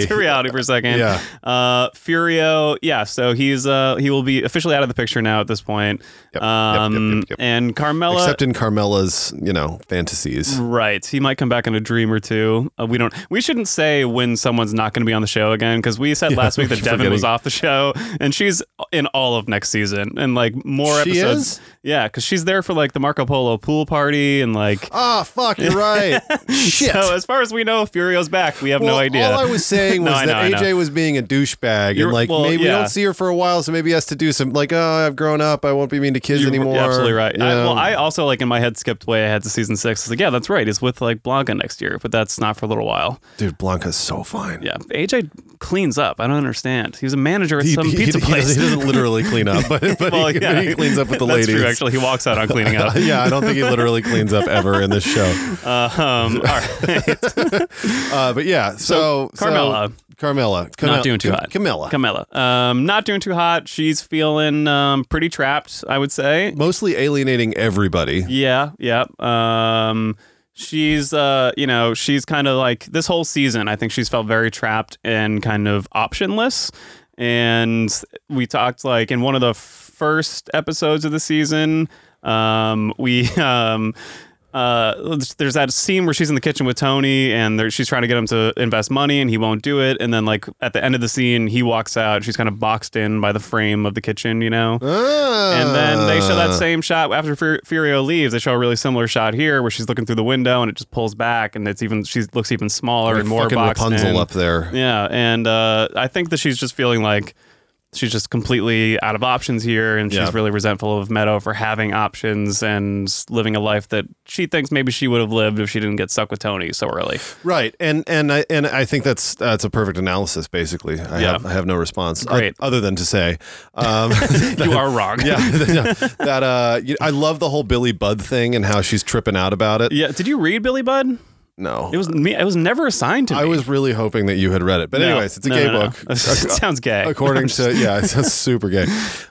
[SPEAKER 3] back to reality for a second.
[SPEAKER 5] Yeah.
[SPEAKER 3] Uh, Furio. Yeah. So he's uh he will be officially out of the picture now at this point.
[SPEAKER 5] Yep, yep,
[SPEAKER 3] Um.
[SPEAKER 5] yep, yep, yep.
[SPEAKER 3] And Carmela.
[SPEAKER 5] Except in Carmela's, you know, fantasies.
[SPEAKER 3] Right. He might come back in a dream or two. Uh, we don't. We shouldn't say when someone's not going to be on the show again because we said last week that
[SPEAKER 5] keep
[SPEAKER 3] Devin was
[SPEAKER 5] forgetting.
[SPEAKER 3] off the show and she's in all of next season and like more
[SPEAKER 5] She
[SPEAKER 3] episodes.
[SPEAKER 5] is?
[SPEAKER 3] Yeah, because she's there for like the Marco Polo pool party and like.
[SPEAKER 5] Ah, fuck, you're right. Shit.
[SPEAKER 3] So as far as we know, Furio's back. We have
[SPEAKER 5] Well,
[SPEAKER 3] no idea.
[SPEAKER 5] All I was saying
[SPEAKER 3] No,
[SPEAKER 5] was
[SPEAKER 3] I know, I
[SPEAKER 5] that
[SPEAKER 3] know.
[SPEAKER 5] AJ was being a douchebag,
[SPEAKER 3] You're-
[SPEAKER 5] and like
[SPEAKER 3] well,
[SPEAKER 5] maybe we
[SPEAKER 3] yeah.
[SPEAKER 5] don't see her for a while, so maybe he has to do some like, oh, I've grown up, I won't be mean to kids
[SPEAKER 3] You're
[SPEAKER 5] anymore.
[SPEAKER 3] absolutely right.
[SPEAKER 5] You
[SPEAKER 3] I,
[SPEAKER 5] know?
[SPEAKER 3] well, I also like in my head skipped way ahead to season six. It's like, yeah, that's right. It's with like Blanca next year, but that's not for a little while.
[SPEAKER 5] dude, Blanca's so fine.
[SPEAKER 3] Yeah, AJ cleans up. I don't understand. He was a manager at
[SPEAKER 5] He,
[SPEAKER 3] some
[SPEAKER 5] he-
[SPEAKER 3] pizza
[SPEAKER 5] he does-
[SPEAKER 3] place.
[SPEAKER 5] he doesn't literally clean up, but, but
[SPEAKER 3] Well,
[SPEAKER 5] he,
[SPEAKER 3] yeah.
[SPEAKER 5] he cleans up with the
[SPEAKER 3] That's
[SPEAKER 5] ladies.
[SPEAKER 3] true. Actually, he walks out on cleaning up.
[SPEAKER 5] yeah, I don't think he literally cleans up ever in this show.
[SPEAKER 3] Uh, um, all right.
[SPEAKER 5] Uh, but yeah, so, so
[SPEAKER 3] Carmela.
[SPEAKER 5] Carmela, Camel-
[SPEAKER 3] not doing too
[SPEAKER 5] Cam-
[SPEAKER 3] hot.
[SPEAKER 5] Camilla,
[SPEAKER 3] Camilla. Um, not doing too hot. She's feeling um, pretty trapped. I would say.
[SPEAKER 5] mostly alienating everybody.
[SPEAKER 3] Yeah, yeah. Um, she's, uh, you know, she's kind of like this whole season. I think she's felt very trapped and kind of optionless. And we talked like in one of the first episodes of the season. Um, we um. Uh, there's that scene where she's in the kitchen with Tony and there, she's trying to get him to invest money and he won't do it. And then, like, at the end of the scene, he walks out. She's kind of boxed in by the frame of the kitchen, you know? And then
[SPEAKER 5] Ah.
[SPEAKER 3] they show
[SPEAKER 5] Uh.
[SPEAKER 3] that same shot after Fur- Furio leaves. They show a really similar shot here where she's looking through the window and it just pulls back and it's even she looks even smaller
[SPEAKER 5] Like
[SPEAKER 3] and more
[SPEAKER 5] fucking
[SPEAKER 3] boxed
[SPEAKER 5] Rapunzel
[SPEAKER 3] in.
[SPEAKER 5] up there.
[SPEAKER 3] Yeah, and uh, I think that she's just feeling like she's just completely out of options here, and she's
[SPEAKER 5] Yeah.
[SPEAKER 3] really resentful of Meadow for having options and living a life that she thinks maybe she would have lived if she didn't get stuck with Tony so early.
[SPEAKER 5] Right, and and I and I think that's that's a perfect analysis. Basically, I
[SPEAKER 3] Yeah.
[SPEAKER 5] have I have no response o-
[SPEAKER 3] Great.
[SPEAKER 5] other than to say, um,
[SPEAKER 3] you are wrong.
[SPEAKER 5] yeah, yeah, that uh, you- I love the whole Billy Budd thing and how she's tripping out about it.
[SPEAKER 3] Yeah, Did you read Billy Budd?
[SPEAKER 5] No,
[SPEAKER 3] It was me. It was never assigned to me.
[SPEAKER 5] I was really hoping that you had read it, but
[SPEAKER 3] No,
[SPEAKER 5] anyways, it's a
[SPEAKER 3] no,
[SPEAKER 5] gay
[SPEAKER 3] no, no.
[SPEAKER 5] book.
[SPEAKER 3] It sounds gay.
[SPEAKER 5] According to yeah, it sounds super gay.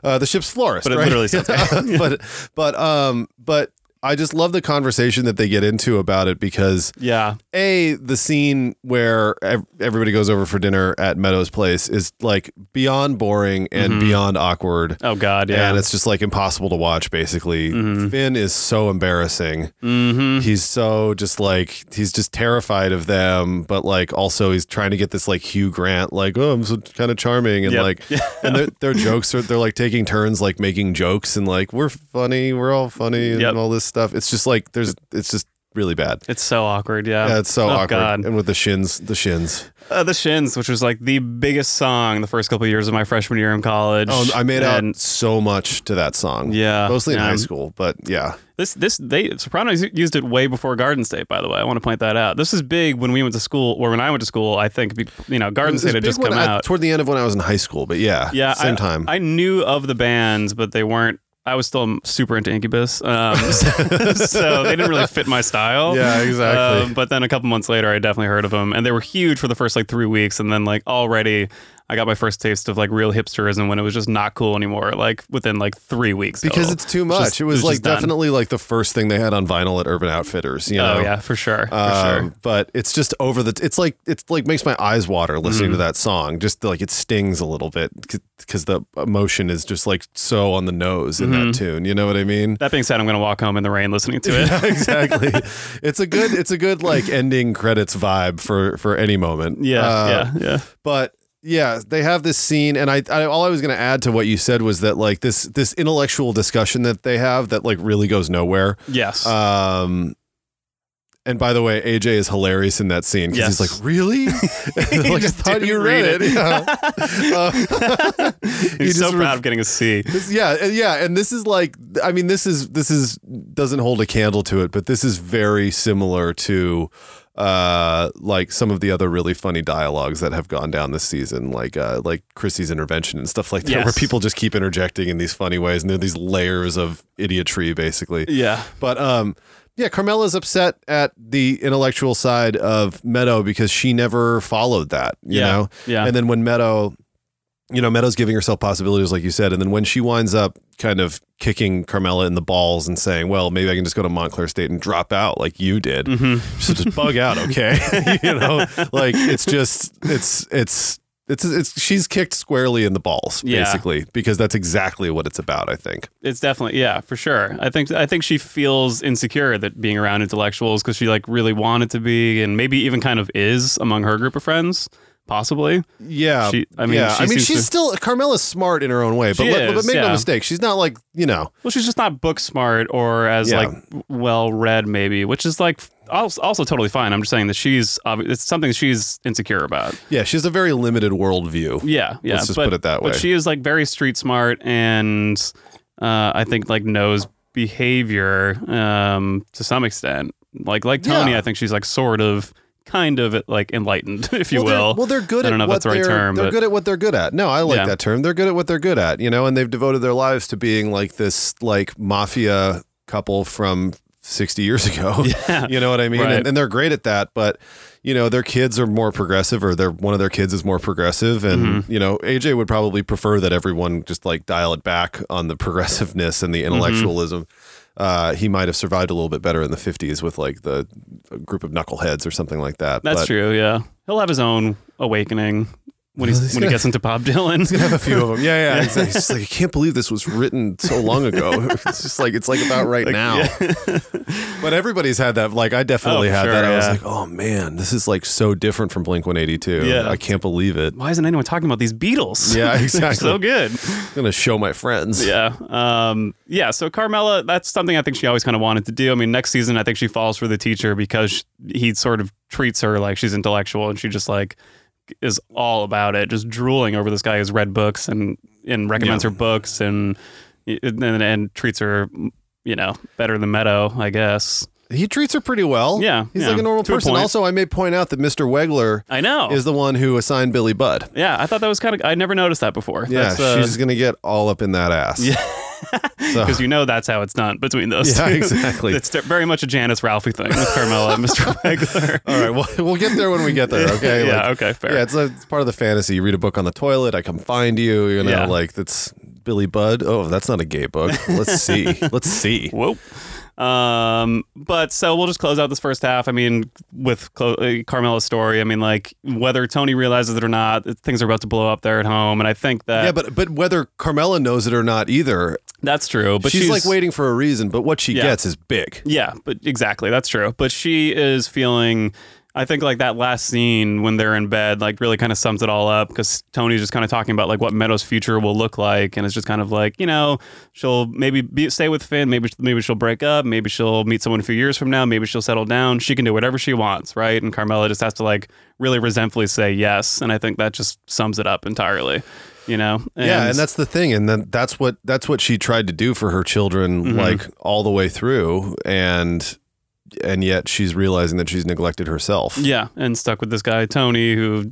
[SPEAKER 5] Uh, the ship's florist,
[SPEAKER 3] But it
[SPEAKER 5] right?
[SPEAKER 3] literally sounds gay.
[SPEAKER 5] but but um but I just love the conversation that they get into about it because
[SPEAKER 3] yeah.
[SPEAKER 5] a the scene where ev- everybody goes over for dinner at Meadows Place is like beyond boring and beyond awkward.
[SPEAKER 3] Oh God. Mm-hmm. Yeah.
[SPEAKER 5] And it's just like impossible to watch, basically. Finn is so embarrassing.
[SPEAKER 3] Mm-hmm.
[SPEAKER 5] He's so just like, he's just terrified of them, but like also he's trying to get this like Hugh Grant, like, oh, I'm so kind of charming. And
[SPEAKER 3] Yep.
[SPEAKER 5] like, and their, their jokes are, they're like taking turns like making jokes and like, we're funny, we're all funny and
[SPEAKER 3] Yep.
[SPEAKER 5] all this stuff. It's just like, there's, it's just really bad.
[SPEAKER 3] It's so awkward. Yeah.
[SPEAKER 5] Yeah, it's so
[SPEAKER 3] oh,
[SPEAKER 5] awkward.
[SPEAKER 3] God.
[SPEAKER 5] And with the shins, the shins.
[SPEAKER 3] Uh, the Shins, which was like the biggest song the first couple of years of my freshman year in college.
[SPEAKER 5] Oh, I made
[SPEAKER 3] and
[SPEAKER 5] out so much to that song.
[SPEAKER 3] Yeah,
[SPEAKER 5] mostly in
[SPEAKER 3] yeah.
[SPEAKER 5] high school, but yeah,
[SPEAKER 3] This, this, they Sopranos used it way before Garden State. By the way, I want to point that out. This is big when we went to school, or when I went to school. I think be- you know Garden
[SPEAKER 5] This
[SPEAKER 3] State had
[SPEAKER 5] big
[SPEAKER 3] just
[SPEAKER 5] one
[SPEAKER 3] come
[SPEAKER 5] at-
[SPEAKER 3] out.
[SPEAKER 5] toward the end of when I was in high school. But yeah,
[SPEAKER 3] yeah,
[SPEAKER 5] same
[SPEAKER 3] I,
[SPEAKER 5] time.
[SPEAKER 3] I knew of the bands, but they weren't. I was still super into Incubus, um, so, so they didn't really fit my style. Um,
[SPEAKER 5] Yeah, exactly.
[SPEAKER 3] but then a couple months later, I definitely heard of them, and they were huge for the first like three weeks, and then like already. I got my first taste of like real hipsterism when it was just not cool anymore. Like within like three weeks,
[SPEAKER 5] because
[SPEAKER 3] total.
[SPEAKER 5] it's too
[SPEAKER 3] It was
[SPEAKER 5] much.
[SPEAKER 3] just-
[SPEAKER 5] it was, like
[SPEAKER 3] just done.
[SPEAKER 5] definitely like the first thing they had on vinyl at Urban Outfitters. You know?
[SPEAKER 3] Oh yeah, for sure, for
[SPEAKER 5] Um,
[SPEAKER 3] sure.
[SPEAKER 5] But it's just over the. It's like it's like makes my eyes water listening
[SPEAKER 3] Mm.
[SPEAKER 5] to that song. Just like it stings a little bit because the emotion is just like so on the nose in that tune. You know what I mean?
[SPEAKER 3] That being said, I'm gonna walk home in the rain listening Mm-hmm. to it.
[SPEAKER 5] Yeah, exactly. it's a good it's a good like ending credits vibe for for any moment.
[SPEAKER 3] yeah,
[SPEAKER 5] Uh,
[SPEAKER 3] yeah, yeah.
[SPEAKER 5] But yeah, they have this scene, and I, I all I was going to add to what you said was that like this this intellectual discussion that they have that like really goes nowhere.
[SPEAKER 3] Yes.
[SPEAKER 5] Um. And by the way, AJ is hilarious in that scene
[SPEAKER 3] Yes.
[SPEAKER 5] because he's like, "Really? like I
[SPEAKER 3] just
[SPEAKER 5] thought
[SPEAKER 3] didn't
[SPEAKER 5] you
[SPEAKER 3] read
[SPEAKER 5] read it."
[SPEAKER 3] it.
[SPEAKER 5] Yeah. Uh, he
[SPEAKER 3] He's so
[SPEAKER 5] just re-
[SPEAKER 3] proud of getting a C.
[SPEAKER 5] this, yeah, and- yeah, and this is like, I mean, this is this is doesn't hold a candle to it, but this is very similar to uh like some of the other really funny dialogues that have gone down this season like uh like Chrissy's intervention and stuff like that where
[SPEAKER 3] Yes.
[SPEAKER 5] people just keep interjecting in these funny ways and there are these layers of idiotry basically
[SPEAKER 3] Yeah.
[SPEAKER 5] but um Yeah, Carmela's upset at the intellectual side of Meadow because she never followed that, you
[SPEAKER 3] Yeah,
[SPEAKER 5] know?
[SPEAKER 3] yeah.
[SPEAKER 5] And then when Meadow, you know, Meadow's giving herself possibilities, like you said. And then when she winds up kind of kicking Carmela in the balls and saying, well, maybe I can just go to Montclair State and drop out like you did.
[SPEAKER 3] Mm. Mm-hmm.
[SPEAKER 5] So just bug out, okay? you know, like it's just, it's, it's, it's, it's, she's kicked squarely in the balls,
[SPEAKER 3] Yeah.
[SPEAKER 5] basically, because that's exactly what it's about, I think.
[SPEAKER 3] It's definitely yeah, for sure. I think I think she feels insecure that being around intellectuals because she like really wanted to be and maybe even kind of is among her group of friends, possibly.
[SPEAKER 5] Yeah,
[SPEAKER 3] She- I mean,
[SPEAKER 5] yeah.
[SPEAKER 3] she
[SPEAKER 5] I mean,
[SPEAKER 3] seems
[SPEAKER 5] she's
[SPEAKER 3] to-
[SPEAKER 5] still Carmela's smart in her own way, but
[SPEAKER 3] She
[SPEAKER 5] let- but
[SPEAKER 3] is,
[SPEAKER 5] make no
[SPEAKER 3] yeah.
[SPEAKER 5] mistake, she's not like you know.
[SPEAKER 3] Well, she's just not book smart or as
[SPEAKER 5] Yeah.
[SPEAKER 3] like well read, maybe, which is like also, also totally fine. I'm just saying that she's obvi- it's something she's insecure about.
[SPEAKER 5] Yeah, she has a very limited worldview.
[SPEAKER 3] Yeah, yeah.
[SPEAKER 5] Let's just
[SPEAKER 3] but,
[SPEAKER 5] put it that way.
[SPEAKER 3] But she is like very street smart and uh, I think like knows behavior um, to some extent. Like like Tony,
[SPEAKER 5] Yeah.
[SPEAKER 3] I think she's like sort of kind of like enlightened, if you
[SPEAKER 5] they're-
[SPEAKER 3] will.
[SPEAKER 5] well, they're good.
[SPEAKER 3] I don't know if
[SPEAKER 5] at what
[SPEAKER 3] that's the right
[SPEAKER 5] they're,
[SPEAKER 3] term,
[SPEAKER 5] They're
[SPEAKER 3] but
[SPEAKER 5] good at what they're good at. No, I like
[SPEAKER 3] Yeah.
[SPEAKER 5] that term. They're good at what they're good at. You know, and they've devoted their lives to being like this, like mafia couple from sixty years ago.
[SPEAKER 3] Yeah.
[SPEAKER 5] you know what I mean?
[SPEAKER 3] Right.
[SPEAKER 5] And, and they're great at that. But you know, their kids are more progressive, or their one of their kids is more progressive. And
[SPEAKER 3] Mm-hmm.
[SPEAKER 5] you know, AJ would probably prefer that everyone just like dial it back on the progressiveness and the
[SPEAKER 3] Mm-hmm.
[SPEAKER 5] intellectualism. Uh, he might have survived a little bit better in the 50s with like the a group of knuckleheads or something like that.
[SPEAKER 3] that's
[SPEAKER 5] but,
[SPEAKER 3] true. Yeah, he'll have his own awakening when he's, when he gets into Bob Dylan.
[SPEAKER 5] a few of them. Yeah, yeah. Exactly. It's just like I can't believe this was written so long ago. It's just like it's like about right now. but everybody's had that. Like I definitely
[SPEAKER 3] Oh,
[SPEAKER 5] had
[SPEAKER 3] sure,
[SPEAKER 5] that. I was
[SPEAKER 3] yeah.
[SPEAKER 5] like, oh man, this is like so different from Blink One Eighty Two.
[SPEAKER 3] Yeah.
[SPEAKER 5] I can't believe it.
[SPEAKER 3] Why isn't anyone talking about these Beatles?
[SPEAKER 5] Yeah,
[SPEAKER 3] They're
[SPEAKER 5] exactly.
[SPEAKER 3] so good.
[SPEAKER 5] I'm gonna show my friends.
[SPEAKER 3] Yeah. Um, yeah. So Carmela, that's something I think she always kind of wanted to do. I mean, next season, I think she falls for the teacher because sh he sort of treats her like she's intellectual and she just like is all about it, just drooling over this guy who's read books and, and recommends her books and, and, and treats her, you know, better than Meadow, I guess.
[SPEAKER 5] He treats her pretty well.
[SPEAKER 3] Yeah,
[SPEAKER 5] He's
[SPEAKER 3] yeah,
[SPEAKER 5] like a normal
[SPEAKER 3] to a
[SPEAKER 5] person.
[SPEAKER 3] point.
[SPEAKER 5] also, I may point out that Mr. Wegler
[SPEAKER 3] I know.
[SPEAKER 5] is the one who assigned Billy Budd.
[SPEAKER 3] yeah. I thought that was kind of, I never noticed that before.
[SPEAKER 5] Yeah,
[SPEAKER 3] That's, uh,
[SPEAKER 5] she's gonna get all up in that ass. Yeah. so.
[SPEAKER 3] because you know that's how it's done between those
[SPEAKER 5] Yeah,
[SPEAKER 3] two.
[SPEAKER 5] exactly.
[SPEAKER 3] it's very much a Janice Ralphie thing with Carmela and Mr. Wegler.
[SPEAKER 5] All right, well, we'll get there when we get there. Okay.
[SPEAKER 3] Yeah,
[SPEAKER 5] Like,
[SPEAKER 3] okay, fair.
[SPEAKER 5] Yeah, it's, a, it's part of the fantasy. You read a book on the toilet. I come find you. You know,
[SPEAKER 3] Yeah.
[SPEAKER 5] like that's Billy Budd. Oh, that's not a gay book. Let's see. Let's see.
[SPEAKER 3] Whoop. Um, but so we'll just close out this first half. I mean, with Clo- uh, Carmela's story, I mean, like whether Tony realizes it or not, things are about to blow up there at home, and I think that
[SPEAKER 5] Yeah, but but whether Carmela knows it or not, either
[SPEAKER 3] that's true. But
[SPEAKER 5] she's, like waiting for a reason. But what she
[SPEAKER 3] Yeah.
[SPEAKER 5] gets is big.
[SPEAKER 3] Yeah, but exactly, that's true. But she is feeling. I think like that last scene when they're in bed, like really kind of sums it all up because Tony's just kind of talking about like what Meadow's future will look like, and it's just kind of like you know she'll maybe be, stay with Finn, maybe maybe she'll break up, maybe she'll meet someone a few years from now, maybe she'll settle down. She can do whatever she wants, right? And Carmela just has to like really resentfully say yes, and I think that just sums it up entirely, you know?
[SPEAKER 5] yeah, and that's the thing, and then that's what that's what she tried to do for her children,
[SPEAKER 3] Mm-hmm.
[SPEAKER 5] like all the way through, and and yet she's realizing that she's neglected herself.
[SPEAKER 3] Yeah, and stuck with this guy Tony, who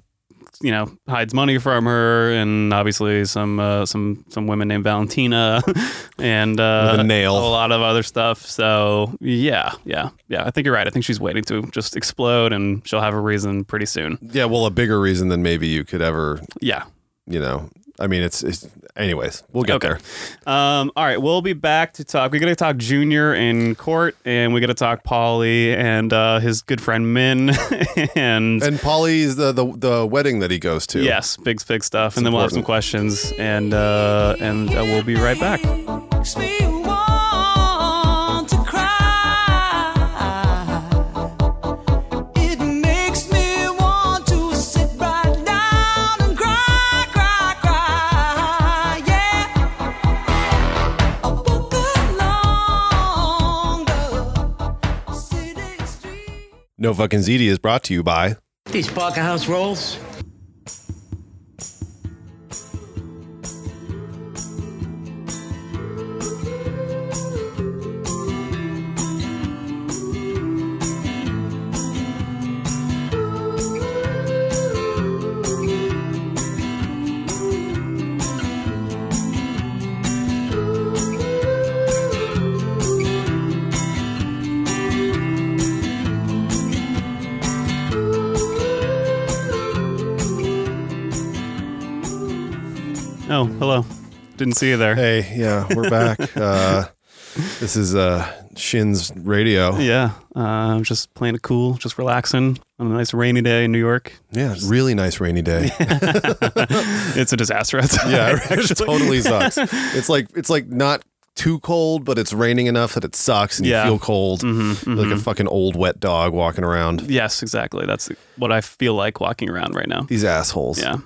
[SPEAKER 3] you know hides money from her, and obviously some uh, some some women named Valentina, and uh,
[SPEAKER 5] With a nail.
[SPEAKER 3] lot of other stuff. So yeah, yeah, yeah. I think you're right. I think she's waiting to just explode, and she'll have a reason pretty soon.
[SPEAKER 5] yeah. Well, a bigger reason than maybe you could ever
[SPEAKER 3] Yeah.
[SPEAKER 5] you know, I mean, it's, it's anyways, we'll get
[SPEAKER 3] Okay.
[SPEAKER 5] there.
[SPEAKER 3] Um, all right, we'll be back to talk. We got to talk Junior in court, and we got to talk Polly and uh, his good friend Min, and
[SPEAKER 5] And Polly's the, the, the wedding that he goes to.
[SPEAKER 3] Yes, big big stuff, and then we'll have some
[SPEAKER 5] important.
[SPEAKER 3] questions, and uh, and uh, we'll be right back.
[SPEAKER 4] Makes me want to cry. It makes me want to sit right down and cry, cry, cry. Yeah. A book along the city street.
[SPEAKER 5] No fucking ZD is brought to you by.
[SPEAKER 6] These Parker House rolls.
[SPEAKER 4] Thank
[SPEAKER 3] Oh, hello. Didn't see you there.
[SPEAKER 5] Hey, yeah, we're back. uh, this is uh, Shin's radio. Yeah,
[SPEAKER 3] Yeah, uh, I'm just playing it cool, just relaxing on a nice rainy day in New York.
[SPEAKER 5] really nice rainy day.
[SPEAKER 3] It's a disaster outside.
[SPEAKER 5] yeah, it
[SPEAKER 3] actually.
[SPEAKER 5] totally sucks. It's like it's like not too cold, but it's raining enough that it sucks and
[SPEAKER 3] Yeah. Mm-hmm.
[SPEAKER 5] you feel cold, You're like a fucking old wet dog walking around.
[SPEAKER 3] Yes, exactly. That's what I feel like walking around right now.
[SPEAKER 5] These assholes.
[SPEAKER 3] Yeah.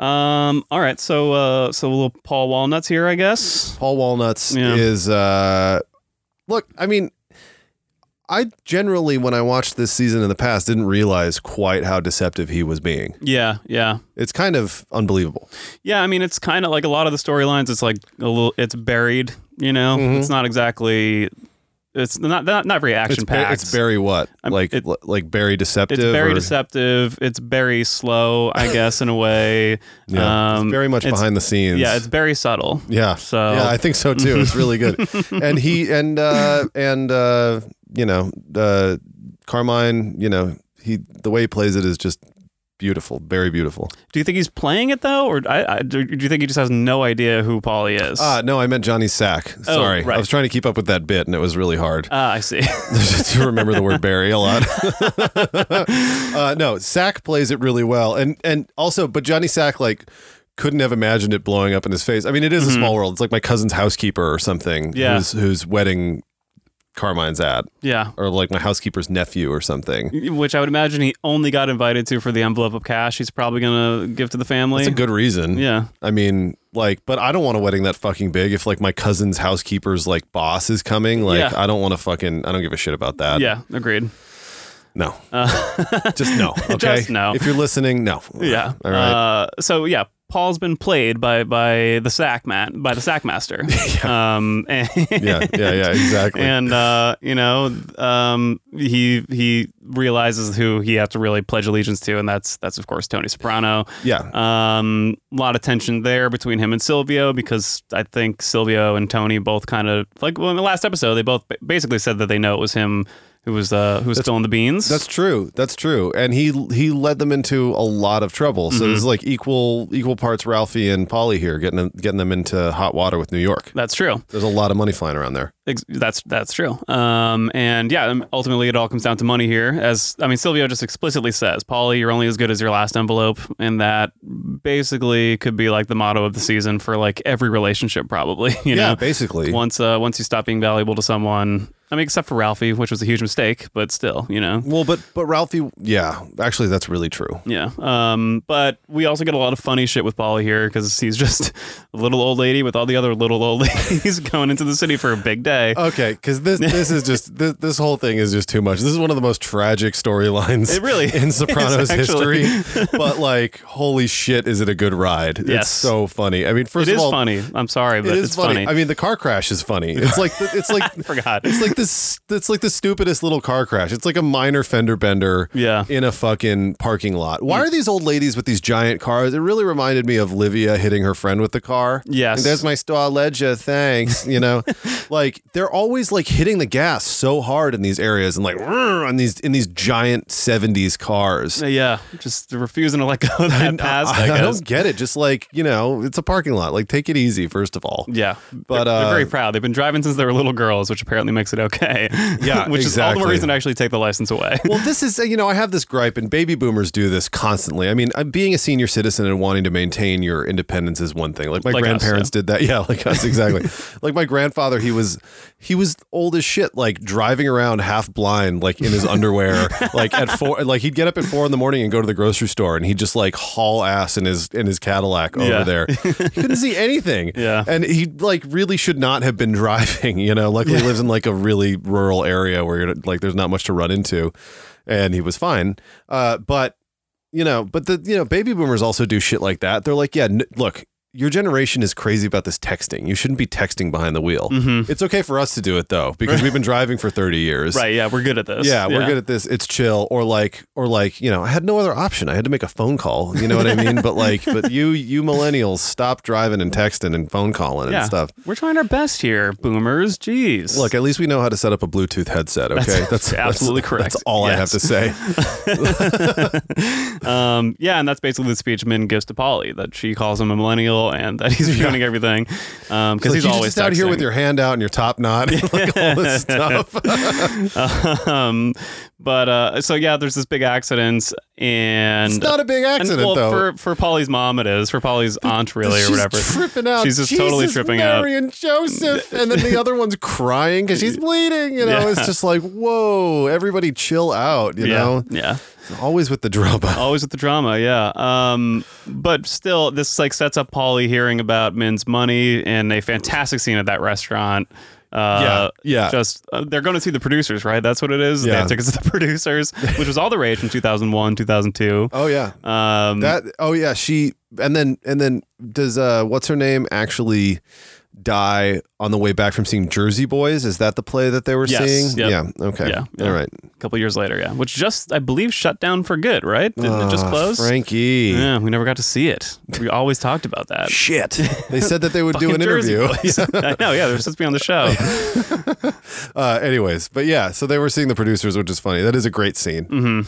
[SPEAKER 3] Um. All right. So, uh, so a little Paul Walnuts here, I guess.
[SPEAKER 5] Paul Walnuts
[SPEAKER 3] Yeah.
[SPEAKER 5] is uh look, I mean I generally when I watched this season in the past didn't realize quite how deceptive he was being.
[SPEAKER 3] Yeah. Yeah.
[SPEAKER 5] It's kind of unbelievable.
[SPEAKER 3] Yeah. I mean, it's kind of like a lot of the storylines. It's like a little. It's buried. You know. It's not exactly. It's not not, not very
[SPEAKER 5] Mm-hmm. It's,
[SPEAKER 3] action
[SPEAKER 5] ba-
[SPEAKER 3] packed.
[SPEAKER 5] it's very what?
[SPEAKER 3] I'm-
[SPEAKER 5] like
[SPEAKER 3] it-
[SPEAKER 5] li- like very deceptive.
[SPEAKER 3] It's very
[SPEAKER 5] or-
[SPEAKER 3] deceptive. It's very slow, I guess, in a way. Um,
[SPEAKER 5] Yeah. it's very much
[SPEAKER 3] it's-
[SPEAKER 5] behind the scenes.
[SPEAKER 3] Yeah, it's very subtle.
[SPEAKER 5] Yeah.
[SPEAKER 3] So-
[SPEAKER 5] yeah, I think so too. It's really good. and he and uh and uh you know uh Carmine, you know, he the way he plays it is just beautiful, very beautiful.
[SPEAKER 3] Do you think he's playing it though, or I, I, do do you think he just has no idea who Polly is?
[SPEAKER 5] Uh, no, I meant Johnny Sack. Sorry.
[SPEAKER 3] Oh, right.
[SPEAKER 5] I was trying to keep up with that bit and it was really hard
[SPEAKER 3] Ah, I see.
[SPEAKER 5] to remember the word Barry a lot. uh, no, Sack plays it really well. And and also, but Johnny Sack, like, couldn't have imagined it blowing up in his face. I mean, it is a small world. It's like my cousin's housekeeper or something
[SPEAKER 3] Mm-hmm. Yeah.
[SPEAKER 5] whose, whose wedding Carmine's at,
[SPEAKER 3] yeah.
[SPEAKER 5] or like my housekeeper's nephew or something.
[SPEAKER 3] Which I would imagine he only got invited to for the envelope of cash he's probably gonna give to the family.
[SPEAKER 5] That's a good reason.
[SPEAKER 3] Yeah.
[SPEAKER 5] I mean, like, but I don't want a wedding that fucking big. If like my cousin's housekeeper's like boss is coming, like,
[SPEAKER 3] Yeah.
[SPEAKER 5] I don't want to fucking. I don't give a shit about that.
[SPEAKER 3] Yeah, agreed.
[SPEAKER 5] No. just no. Okay.
[SPEAKER 3] Just no.
[SPEAKER 5] If you're listening, no.
[SPEAKER 3] Yeah.
[SPEAKER 5] All right.
[SPEAKER 3] Uh, so yeah, Paul's been played by by the sack man by the sack master. Um, and,
[SPEAKER 5] yeah. Yeah. Yeah. Exactly.
[SPEAKER 3] and uh, you know, um, he he realizes who he has to really pledge allegiance to, and that's that's of course Tony Soprano.
[SPEAKER 5] yeah.
[SPEAKER 3] Um, a lot of tension there between him and Silvio because I think Silvio and Tony both kind of like well in the last episode they both ba- basically said that they know it was him who was uh who was stealing the beans.
[SPEAKER 5] That's true. That's true. And he he led them into a lot of trouble. So
[SPEAKER 3] Mm-hmm.
[SPEAKER 5] there's like equal equal parts Ralphie and Polly here getting them, getting them into hot water with New York.
[SPEAKER 3] that's true.
[SPEAKER 5] There's a lot of money flying around there.
[SPEAKER 3] Ex- that's that's true. Um, and yeah, um, ultimately it all comes down to money here. As I mean, Silvio just explicitly says, "Polly, you're only as good as your last envelope," and that basically could be like the motto of the season for like every relationship, probably. You
[SPEAKER 5] yeah,
[SPEAKER 3] know,
[SPEAKER 5] basically.
[SPEAKER 3] once uh, once you stop being valuable to someone, I mean, except for Ralphie, which was a huge mistake, but still, you know.
[SPEAKER 5] well, but but Ralphie, yeah, actually that's really true.
[SPEAKER 3] Yeah. Um, but we also get a lot of funny shit with Polly here because he's just a little old lady with all the other little old ladies going into the city for a big day.
[SPEAKER 5] Okay, because this this is just this, this whole thing is just too much. This is one of the most tragic storylines.
[SPEAKER 3] It really
[SPEAKER 5] in
[SPEAKER 3] is,
[SPEAKER 5] Sopranos
[SPEAKER 3] actually.
[SPEAKER 5] history, but like, holy shit, is it a good ride?
[SPEAKER 3] Yes.
[SPEAKER 5] It's so funny. I mean, first
[SPEAKER 3] It
[SPEAKER 5] of
[SPEAKER 3] is
[SPEAKER 5] all,
[SPEAKER 3] funny. I'm sorry,
[SPEAKER 5] It
[SPEAKER 3] but
[SPEAKER 5] is
[SPEAKER 3] it's funny.
[SPEAKER 5] I mean, the car crash is funny. It's like the, it's like
[SPEAKER 3] forgot.
[SPEAKER 5] It's like this. It's like the stupidest little car crash. It's like a minor fender bender.
[SPEAKER 3] Yeah. Mm.
[SPEAKER 5] In a fucking parking lot. Why are these old ladies with these giant cars? It really reminded me of Livia hitting her friend with the car.
[SPEAKER 3] Yes.
[SPEAKER 5] There's my straw ledger. Thanks. You know, like they're always like hitting the gas so hard in these areas and like "Rrr," on these in these giant '70s cars.
[SPEAKER 3] yeah, just refusing to let go of that past. I,
[SPEAKER 5] I
[SPEAKER 3] guess.
[SPEAKER 5] don't get it. Just like you know, it's a parking lot. Like, take it easy, first of all.
[SPEAKER 3] yeah, they're,
[SPEAKER 5] But,
[SPEAKER 3] they're
[SPEAKER 5] uh,
[SPEAKER 3] very proud. They've been driving since they were little girls, which apparently makes it okay.
[SPEAKER 5] Yeah,
[SPEAKER 3] which is all the more
[SPEAKER 5] exactly.
[SPEAKER 3] reason to actually take the license away.
[SPEAKER 5] Well, this is, you know, I have this gripe, and baby boomers do this constantly. I mean, uh, being a senior citizen and wanting to maintain your independence is one thing. Like my
[SPEAKER 3] Like us,
[SPEAKER 5] grandparents did that. Yeah, like us, exactly. like my grandfather, he was, he was old as shit, like driving around half blind, like in his underwear, like at four, like he'd get up at four in the morning and go to the grocery store, and he'd just like haul ass in his, in his Cadillac over
[SPEAKER 3] Yeah.
[SPEAKER 5] there. He couldn't see anything.
[SPEAKER 3] Yeah.
[SPEAKER 5] And he like really should not have been driving, you know. Luckily, he lives in like a really rural area where you're like there's not much to run into, and he was fine. Uh, but you know, but the you know baby boomers also do shit like that. They're like, yeah, n- look. Your generation is crazy about this texting. You shouldn't be texting behind the wheel. It's okay for us to do it though, because we've been driving for 30 years.
[SPEAKER 3] Mm-hmm. right? Yeah, we're good at this.
[SPEAKER 5] Yeah, we're good at this. It's chill, or like, or like, you know, I had no other option. I had to make a phone call. You know what I mean? but like, but you, you millennials, stop driving and texting and phone calling
[SPEAKER 3] yeah.
[SPEAKER 5] and stuff.
[SPEAKER 3] We're trying our best here, boomers. Jeez,
[SPEAKER 5] Look, at least we know how to set up a Bluetooth headset. Okay,
[SPEAKER 3] That's- absolutely correct.
[SPEAKER 5] That's all I have
[SPEAKER 3] Yes.
[SPEAKER 5] to say.
[SPEAKER 3] Um, yeah, and that's basically the speech Min gives to Polly that she calls him a millennial Bill and that he's ruining everything. Um, because
[SPEAKER 5] Like,
[SPEAKER 3] he's
[SPEAKER 5] you
[SPEAKER 3] always
[SPEAKER 5] just out here
[SPEAKER 3] texting.
[SPEAKER 5] with your hand out and your top knot and like all this stuff.
[SPEAKER 3] um, but uh, so yeah, there's this big accident, and
[SPEAKER 5] It's not a big
[SPEAKER 3] and,
[SPEAKER 5] accident
[SPEAKER 3] well,
[SPEAKER 5] though.
[SPEAKER 3] For for Polly's mom, it is for Polly's aunt, really,
[SPEAKER 5] she's
[SPEAKER 3] or whatever.
[SPEAKER 5] tripping out.
[SPEAKER 3] She's just totally
[SPEAKER 5] Jesus,
[SPEAKER 3] tripping out.
[SPEAKER 5] Mary and Joseph, and then the other one's crying because she's bleeding. You know,
[SPEAKER 3] Yeah.
[SPEAKER 5] it's just like, whoa, everybody chill out. You
[SPEAKER 3] yeah,
[SPEAKER 5] know,
[SPEAKER 3] yeah.
[SPEAKER 5] always with the drama.
[SPEAKER 3] always with the drama yeah um but still this like sets up polly hearing about min's money and a fantastic scene at that restaurant uh,
[SPEAKER 5] Yeah, yeah.
[SPEAKER 3] Just uh, they're going to see the producers, right? That's what it is. They
[SPEAKER 5] Yeah.
[SPEAKER 3] have tickets to the producers, which was all the rage in 2001, 2002.
[SPEAKER 5] Oh yeah,
[SPEAKER 3] Um,
[SPEAKER 5] that. Oh yeah, she. And then and then does uh, what's her name actually die on the way back from seeing Jersey Boys? Is that the play that they were
[SPEAKER 3] Yes,
[SPEAKER 5] seeing?
[SPEAKER 3] yep.
[SPEAKER 5] Yeah. Okay.
[SPEAKER 3] Yeah, yeah.
[SPEAKER 5] All right.
[SPEAKER 3] a couple years later, yeah, which just I believe shut down for good, right? Didn't it just
[SPEAKER 5] Ah,
[SPEAKER 3] close?
[SPEAKER 5] Frankie.
[SPEAKER 3] Yeah, we never got to see it. We always talked about that.
[SPEAKER 5] Shit. They said that they would do
[SPEAKER 3] Fucking
[SPEAKER 5] an
[SPEAKER 3] Jersey
[SPEAKER 5] interview.
[SPEAKER 3] Boys. I know. Yeah, they're supposed to be on the show.
[SPEAKER 5] Uh, anyways, but yeah, so they were seeing the producers, which is funny. That is a great scene.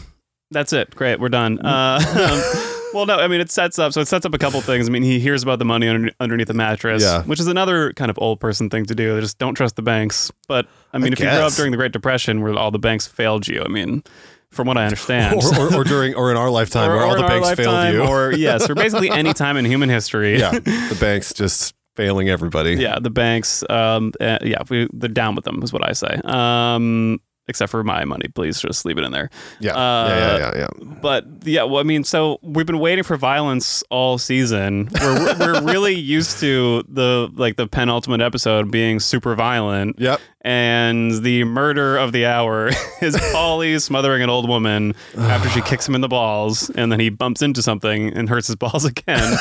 [SPEAKER 3] That's it. Great. We're done. Uh, um, well, no, I mean, it sets up. So it sets up a couple things. I mean, he hears about the money under, underneath the mattress,
[SPEAKER 5] Yeah.
[SPEAKER 3] which is another kind of old person thing to do. They just don't trust the banks. But I mean, if you grew up
[SPEAKER 5] guess.
[SPEAKER 3] during the Great Depression where all the banks failed you, I mean, from what I understand.
[SPEAKER 5] Or, or, or during, or in our lifetime,
[SPEAKER 3] Or-
[SPEAKER 5] where
[SPEAKER 3] or
[SPEAKER 5] all
[SPEAKER 3] in
[SPEAKER 5] the
[SPEAKER 3] our
[SPEAKER 5] banks failed
[SPEAKER 3] lifetime,
[SPEAKER 5] you.
[SPEAKER 3] Or, yes, or basically any time in human history.
[SPEAKER 5] yeah, the banks just failing everybody.
[SPEAKER 3] yeah, the banks. Um, uh, yeah, we, they're down with them, is what I say. Um, except for my money, please just leave it in there.
[SPEAKER 5] yeah,
[SPEAKER 3] Uh,
[SPEAKER 5] yeah, yeah, yeah, yeah.
[SPEAKER 3] But yeah, well, I mean, so we've been waiting for violence all season. We're, we're really used to the like the penultimate episode being super violent.
[SPEAKER 5] Yep.
[SPEAKER 3] And the murder of the hour is Polly smothering an old woman after she kicks him in the balls, and then he bumps into something and hurts his balls again.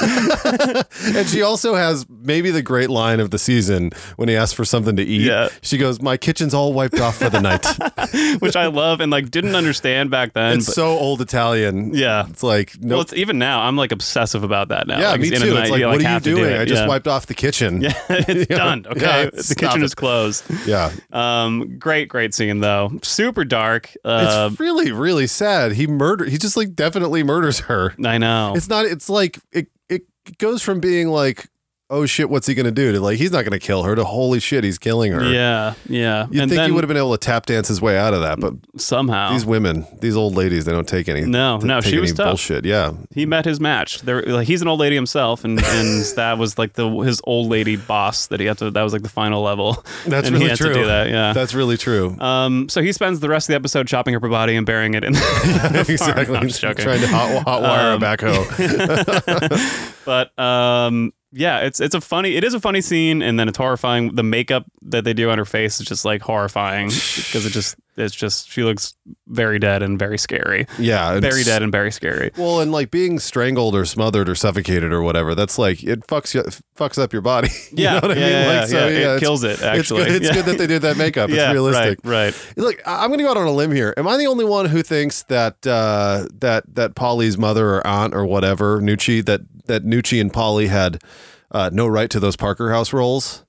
[SPEAKER 5] And she also has maybe the great line of the season when he asks for something to eat.
[SPEAKER 3] Yeah.
[SPEAKER 5] She goes, "My kitchen's all wiped off for the night."
[SPEAKER 3] which I love and like didn't understand back then.
[SPEAKER 5] it's
[SPEAKER 3] but-
[SPEAKER 5] so old Italian.
[SPEAKER 3] Yeah.
[SPEAKER 5] it's like no.
[SPEAKER 3] Well, it's, even now I'm like obsessive about that now.
[SPEAKER 5] yeah,
[SPEAKER 3] like,
[SPEAKER 5] me
[SPEAKER 3] it's
[SPEAKER 5] too.
[SPEAKER 3] in and
[SPEAKER 5] It's
[SPEAKER 3] out,
[SPEAKER 5] like, what are you
[SPEAKER 3] have to do
[SPEAKER 5] doing?
[SPEAKER 3] it.
[SPEAKER 5] I just
[SPEAKER 3] yeah.
[SPEAKER 5] wiped off the kitchen.
[SPEAKER 3] Yeah, it's done. Okay,
[SPEAKER 5] it's-
[SPEAKER 3] the kitchen
[SPEAKER 5] stop
[SPEAKER 3] is closed.
[SPEAKER 5] yeah.
[SPEAKER 3] Um, great, great scene though. Super dark.
[SPEAKER 5] It's
[SPEAKER 3] Uh,
[SPEAKER 5] really, really sad. He murder. He just like definitely murders her.
[SPEAKER 3] I know.
[SPEAKER 5] It's not. It's like it. It goes from being like, oh shit, what's he gonna do? To like, he's not gonna kill her. To holy shit, he's killing her.
[SPEAKER 3] Yeah, yeah.
[SPEAKER 5] You'd
[SPEAKER 3] and
[SPEAKER 5] think
[SPEAKER 3] then
[SPEAKER 5] he would have been able to tap dance his way out of that, but
[SPEAKER 3] somehow
[SPEAKER 5] these women, these old ladies, they don't take any.
[SPEAKER 3] No,
[SPEAKER 5] they
[SPEAKER 3] no,
[SPEAKER 5] take
[SPEAKER 3] she was
[SPEAKER 5] any
[SPEAKER 3] tough.
[SPEAKER 5] bullshit. Yeah,
[SPEAKER 3] he met his match. There, like, he's an old lady himself, and, and that was like the his old lady boss that he had to. That was like the final level.
[SPEAKER 5] that's
[SPEAKER 3] and
[SPEAKER 5] really
[SPEAKER 3] he had
[SPEAKER 5] true.
[SPEAKER 3] To do that, yeah.
[SPEAKER 5] that's really true.
[SPEAKER 3] um, so he spends the rest of the episode chopping up her body and burying it in. the
[SPEAKER 5] exactly.
[SPEAKER 3] I'm just joking. Um,
[SPEAKER 5] Trying to hot, hot wire a backhoe.
[SPEAKER 3] but um yeah it's it's a funny it is a funny scene and then it's horrifying the makeup that they do on her face is just like horrifying because it just it's just she looks very dead and very scary
[SPEAKER 5] yeah, it's-
[SPEAKER 3] very dead and very scary
[SPEAKER 5] Well, and like being strangled or smothered or suffocated or whatever, that's like it fucks you, fucks up your body. You
[SPEAKER 3] Yeah,
[SPEAKER 5] know what
[SPEAKER 3] yeah,
[SPEAKER 5] I mean?
[SPEAKER 3] yeah,
[SPEAKER 5] like,
[SPEAKER 3] yeah, it
[SPEAKER 5] it's-
[SPEAKER 3] kills it, actually.
[SPEAKER 5] it's good, it's
[SPEAKER 3] Yeah.
[SPEAKER 5] good that they did that makeup.
[SPEAKER 3] yeah
[SPEAKER 5] it's realistic.
[SPEAKER 3] right right
[SPEAKER 5] Look, I- I'm going to go out on a limb here. Am I the only one who thinks that uh, that that Polly's mother or aunt or whatever Nucci that that Nucci and Polly had uh, no right to those Parker House roles?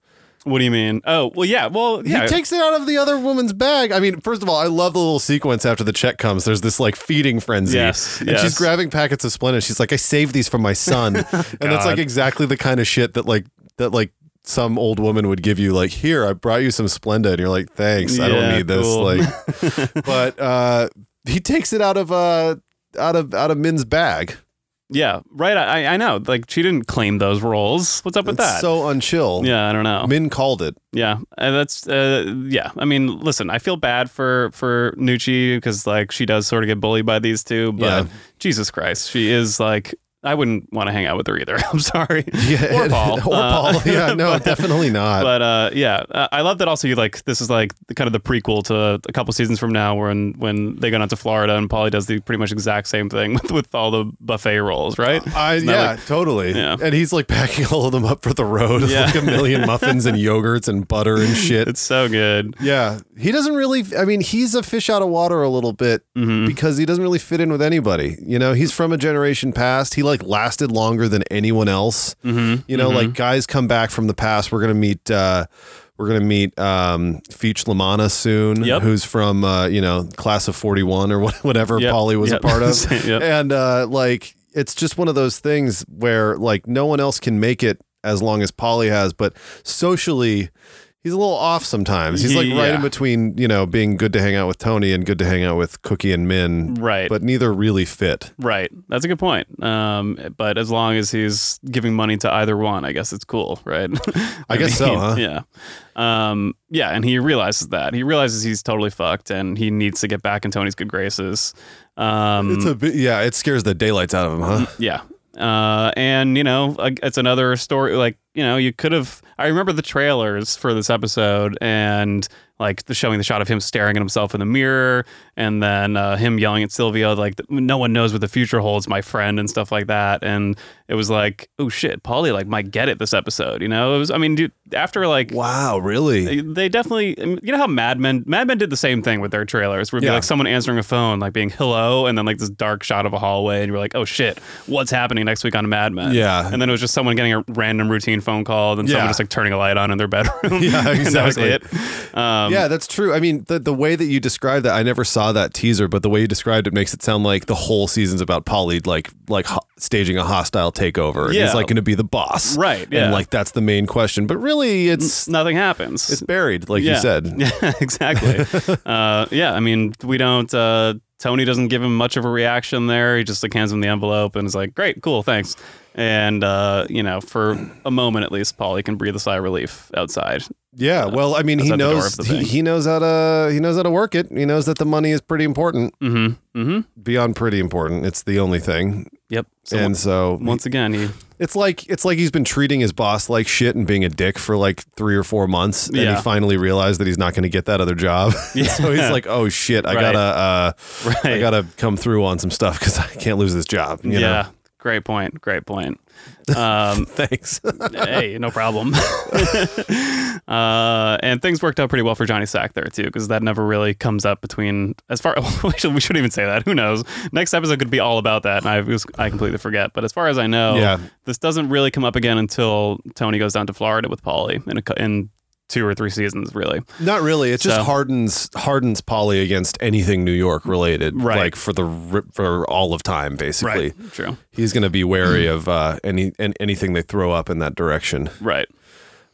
[SPEAKER 3] what do you mean oh well yeah well yeah
[SPEAKER 5] He takes it out of the other woman's bag. I mean, first of all, I love the little sequence after the check comes. There's this like feeding frenzy.
[SPEAKER 3] Yes,
[SPEAKER 5] and
[SPEAKER 3] yes.
[SPEAKER 5] she's grabbing packets of Splenda. She's like, I saved these for my son. and that's like exactly the kind of shit that like that like some old woman would give you like, here, I brought you some Splenda. And you're like, thanks.
[SPEAKER 3] Yeah,
[SPEAKER 5] I don't need this.
[SPEAKER 3] cool.
[SPEAKER 5] Like but uh he takes it out of uh out of out of Min's bag.
[SPEAKER 3] yeah right I, I know like she didn't claim those roles what's up with
[SPEAKER 5] It's
[SPEAKER 3] that
[SPEAKER 5] so unchill.
[SPEAKER 3] yeah i don't know
[SPEAKER 5] Min called it.
[SPEAKER 3] Yeah, uh, that's uh, yeah. I mean, listen, I feel bad for for Nucci because like she does sort of get bullied by these two, but
[SPEAKER 5] Yeah.
[SPEAKER 3] Jesus Christ, she is like I wouldn't want to hang out with her either. I'm sorry, or Paul,
[SPEAKER 5] or
[SPEAKER 3] Uh,
[SPEAKER 5] Paul. yeah, no, definitely not.
[SPEAKER 3] but uh, yeah, uh, I love that. Also, you like this is like the, kind of the prequel to a couple seasons from now, when when they go down to Florida and Polly does the pretty much exact same thing with with all the buffet rolls, right?
[SPEAKER 5] Uh, I,
[SPEAKER 3] Isn't that
[SPEAKER 5] yeah,
[SPEAKER 3] like-
[SPEAKER 5] totally.
[SPEAKER 3] Yeah.
[SPEAKER 5] And he's like packing all of them up for the road, with,
[SPEAKER 3] Yeah.
[SPEAKER 5] like a million muffins and yogurts and butter and shit.
[SPEAKER 3] it's so good.
[SPEAKER 5] yeah, he doesn't really. I mean, he's a fish out of water a little bit
[SPEAKER 3] Mm-hmm.
[SPEAKER 5] because he doesn't really fit in with anybody. You know, he's from a generation past. He like lasted longer than anyone else.
[SPEAKER 3] Mm-hmm.
[SPEAKER 5] You know, like guys come back from the past. We're gonna meet. uh we're gonna meet um, Feach Lamana soon,
[SPEAKER 3] Yep.
[SPEAKER 5] who's from uh, you know class of forty one or what- whatever
[SPEAKER 3] Yep.
[SPEAKER 5] Polly was
[SPEAKER 3] Yep.
[SPEAKER 5] a part of,
[SPEAKER 3] Yep.
[SPEAKER 5] and uh, like it's just one of those things where like no one else can make it as long as Polly has, but socially he's a little off sometimes. He's like right
[SPEAKER 3] Yeah.
[SPEAKER 5] in between, you know, being good to hang out with Tony and good to hang out with Cookie and Min.
[SPEAKER 3] Right.
[SPEAKER 5] But neither really fit.
[SPEAKER 3] Right. That's a good point. Um, but as long as he's giving money to either one, I guess it's cool, right?
[SPEAKER 5] I guess so, huh?
[SPEAKER 3] Yeah. Um, yeah, and he realizes that. He realizes he's totally fucked and he needs to get back in Tony's good graces. Um,
[SPEAKER 5] It's a bit, yeah, it scares the daylights out of him, huh?
[SPEAKER 3] yeah. Uh, and you know, uh, it's another story. Like you know, you could have. I remember the trailers for this episode, and like the showing the shot of him staring at himself in the mirror, and then uh, him yelling at Sylvia, like "No one knows what the future holds, my friend," and stuff like that. And it was like, oh shit, Paulie like might get it this episode. You know, it was. I mean, dude, after like
[SPEAKER 5] Wow, really?
[SPEAKER 3] they definitely um, you know how Mad Men Mad Men did the same thing with their trailers where it'd
[SPEAKER 5] Yeah.
[SPEAKER 3] be like someone answering a phone like being hello and then like this dark shot of a hallway and you're like oh shit what's happening next week on Mad Men
[SPEAKER 5] Yeah.
[SPEAKER 3] and then it was just someone getting a random routine phone call then
[SPEAKER 5] Yeah.
[SPEAKER 3] someone just like turning a light on in their bedroom
[SPEAKER 5] Yeah,
[SPEAKER 3] and that was
[SPEAKER 5] exactly.
[SPEAKER 3] it um,
[SPEAKER 5] yeah, that's true. I mean, the, the way that you described that, I never saw that teaser, but the way you described it makes it sound like the whole season's about Polly like like ho- staging a hostile takeover. And
[SPEAKER 3] Yeah.
[SPEAKER 5] he's like going to be the boss,
[SPEAKER 3] Right, yeah.
[SPEAKER 5] And like that's the main question, but really, it's
[SPEAKER 3] nothing happens
[SPEAKER 5] it's buried, like you said.
[SPEAKER 3] mm. Yeah, exactly. uh, yeah, I mean, we don't. Uh, Tony doesn't give him much of a reaction there. He just like hands him the envelope and is like, "Great, cool, thanks." And uh, you know, for a moment at least, Polly can breathe a sigh of relief outside.
[SPEAKER 5] Yeah, well, I mean,
[SPEAKER 3] Uh, That's
[SPEAKER 5] he
[SPEAKER 3] at the door
[SPEAKER 5] knows
[SPEAKER 3] of the
[SPEAKER 5] he,
[SPEAKER 3] thing.
[SPEAKER 5] he knows how to he knows how to work it. He knows that the money is pretty important,
[SPEAKER 3] Mm-hmm. Mm-hmm.
[SPEAKER 5] beyond pretty important. It's the only thing,
[SPEAKER 3] Yep. So
[SPEAKER 5] and so
[SPEAKER 3] once again, he
[SPEAKER 5] It's like it's like he's been treating his boss like shit and being a dick for like three or four months, and
[SPEAKER 3] Yeah.
[SPEAKER 5] he finally realized that he's not going to get that other job. so he's like, "Oh shit, I
[SPEAKER 3] Right.
[SPEAKER 5] gotta, uh, I
[SPEAKER 3] Right.
[SPEAKER 5] gotta come through on some stuff because I can't lose this job." You
[SPEAKER 3] yeah.
[SPEAKER 5] know?
[SPEAKER 3] Great point. Great point. Um,
[SPEAKER 5] thanks.
[SPEAKER 3] hey, no problem. uh, and things worked out pretty well for Johnny Sack there too, because that never really comes up between as far. we, should, we shouldn't even say that. Who knows? Next episode could be all about that, and I was, I completely forget. But as far as I know,
[SPEAKER 5] Yeah.
[SPEAKER 3] this doesn't really come up again until Tony goes down to Florida with Polly in a, cou- in two or three seasons, really.
[SPEAKER 5] not really. It just
[SPEAKER 3] So-
[SPEAKER 5] hardens hardens Polly against anything New York related,
[SPEAKER 3] Right.
[SPEAKER 5] like for the ri- for all of time. Basically,
[SPEAKER 3] True.
[SPEAKER 5] he's going to be wary of uh, any and anything they throw up in that direction.
[SPEAKER 3] Right.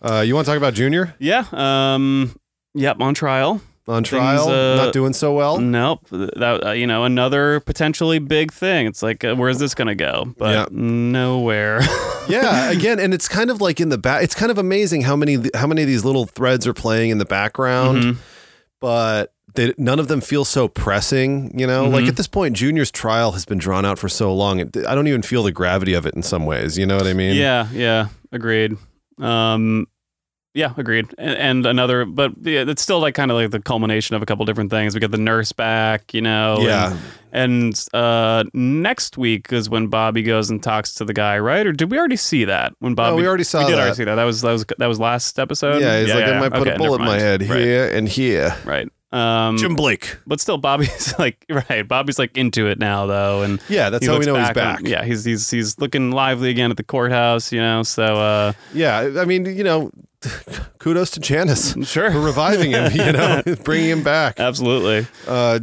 [SPEAKER 5] Uh, you want to talk about Junior
[SPEAKER 3] Yeah. Um. Yep. On trial.
[SPEAKER 5] on
[SPEAKER 3] Things,
[SPEAKER 5] trial?
[SPEAKER 3] uh,
[SPEAKER 5] not doing so well.
[SPEAKER 3] Nope. That uh, you know another potentially big thing. It's like uh, where's this gonna go? But
[SPEAKER 5] Yeah.
[SPEAKER 3] nowhere.
[SPEAKER 5] yeah again and it's kind of like in the back it's kind of amazing how many how many of these little threads are playing in the background
[SPEAKER 3] Mm-hmm.
[SPEAKER 5] but they, none of them feel so pressing you know
[SPEAKER 3] Mm-hmm.
[SPEAKER 5] like at this point junior's trial has been drawn out for so long it, i don't even feel the gravity of it in some ways you know what i mean
[SPEAKER 3] yeah. Yeah. Agreed. Um. Yeah, agreed. And, and another, but yeah, it's still like kind of like the culmination of a couple different things. We got the nurse back, you know.
[SPEAKER 5] Yeah.
[SPEAKER 3] And, and uh, next week is when Bobby goes and talks to the guy, right? Or did we already see that when Bobby?
[SPEAKER 5] we already saw
[SPEAKER 3] We did
[SPEAKER 5] that.
[SPEAKER 3] already see that. That was that was that was last episode.
[SPEAKER 5] yeah he's like
[SPEAKER 3] Um, yeah.
[SPEAKER 5] i might put
[SPEAKER 3] Okay,
[SPEAKER 5] a bullet
[SPEAKER 3] never
[SPEAKER 5] in my
[SPEAKER 3] mind.
[SPEAKER 5] head
[SPEAKER 3] Right.
[SPEAKER 5] here and here
[SPEAKER 3] Right. Um,
[SPEAKER 5] blake
[SPEAKER 3] but still Bobby's like right Bobby's like into it now though and
[SPEAKER 5] Yeah, that's
[SPEAKER 3] he
[SPEAKER 5] how we
[SPEAKER 3] looks
[SPEAKER 5] know he's
[SPEAKER 3] on-
[SPEAKER 5] back.
[SPEAKER 3] yeah he's he's he's looking lively again at the courthouse you know so uh
[SPEAKER 5] yeah i mean you know kudos to janice for
[SPEAKER 3] sure
[SPEAKER 5] reviving him you know bringing him back
[SPEAKER 3] absolutely
[SPEAKER 5] uh,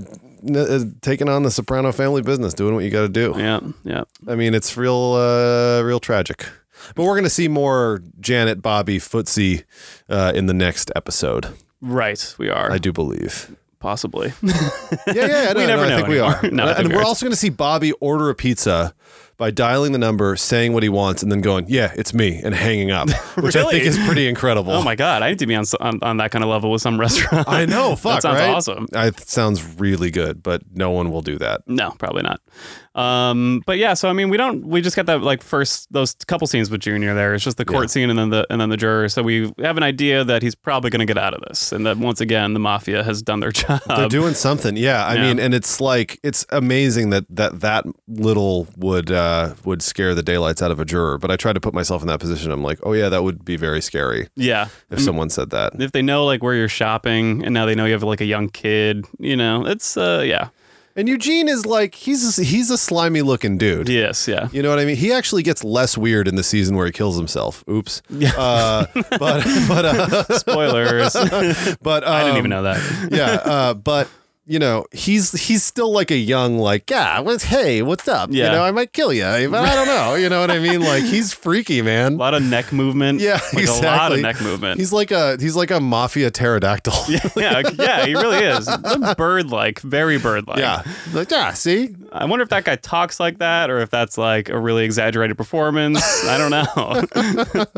[SPEAKER 5] n- uh, taking on the soprano family business doing what you got to do
[SPEAKER 3] yeah yeah
[SPEAKER 5] I mean, it's real, uh, real tragic. But we're gonna see more Janet, Bobby, Footsie uh, in the next episode.
[SPEAKER 3] right we are
[SPEAKER 5] I do believe.
[SPEAKER 3] possibly
[SPEAKER 5] Yeah, yeah. I
[SPEAKER 3] We
[SPEAKER 5] don't
[SPEAKER 3] never
[SPEAKER 5] I
[SPEAKER 3] know
[SPEAKER 5] think we
[SPEAKER 3] anymore.
[SPEAKER 5] are.
[SPEAKER 3] No, I
[SPEAKER 5] and
[SPEAKER 3] think we
[SPEAKER 5] we're
[SPEAKER 3] are.
[SPEAKER 5] also gonna see Bobby order a pizza by dialing the number, saying what he wants, and then going, "Yeah, it's me," and hanging up, which I think
[SPEAKER 3] Really?
[SPEAKER 5] is pretty incredible.
[SPEAKER 3] oh my god I need to be on s- on, on that kind of level with some restaurant
[SPEAKER 5] I know.
[SPEAKER 3] that
[SPEAKER 5] Fuck.
[SPEAKER 3] sounds
[SPEAKER 5] right?
[SPEAKER 3] awesome
[SPEAKER 5] I, it sounds really good, but no one will do that.
[SPEAKER 3] No, probably not. Um, but yeah, so I mean, we don't. We just got that like first those couple scenes with Junior. There, it's just the court
[SPEAKER 5] Yeah.
[SPEAKER 3] scene and then the and then the juror. So we have an idea that he's probably going to get out of this, and that once again the mafia has done their job.
[SPEAKER 5] They're doing something. Yeah. I
[SPEAKER 3] Um, yeah.
[SPEAKER 5] mean, and it's like it's amazing that that that little would uh would scare the daylights out of a juror. But I tried to put myself in that position. I'm like, oh yeah, that would be very scary
[SPEAKER 3] yeah,
[SPEAKER 5] if someone said that.
[SPEAKER 3] if they know like where you're shopping, and now they know you have like a young kid. You know, it's uh, yeah,
[SPEAKER 5] And Eugene is like he's a, he's a slimy looking dude.
[SPEAKER 3] yes, yeah,
[SPEAKER 5] You know what I mean? He actually gets less weird in the season where he kills himself. Oops. Yeah. Uh, but but uh,
[SPEAKER 3] spoilers. I
[SPEAKER 5] but um,
[SPEAKER 3] didn't even know that.
[SPEAKER 5] yeah, uh, but you know, he's he's still like a young, like, yeah, well, hey, what's up?
[SPEAKER 3] Yeah.
[SPEAKER 5] You know, I might kill you, but I don't know. You know what I mean? Like, he's freaky, man.
[SPEAKER 3] A lot of neck movement.
[SPEAKER 5] Yeah,
[SPEAKER 3] like
[SPEAKER 5] exactly.
[SPEAKER 3] a lot of neck movement.
[SPEAKER 5] He's like a he's like a mafia pterodactyl. Yeah,
[SPEAKER 3] yeah, yeah, he really is. Bird like, very bird like.
[SPEAKER 5] yeah. Like, yeah. See,
[SPEAKER 3] I wonder if that guy talks like that or if that's like a really exaggerated performance. I don't know.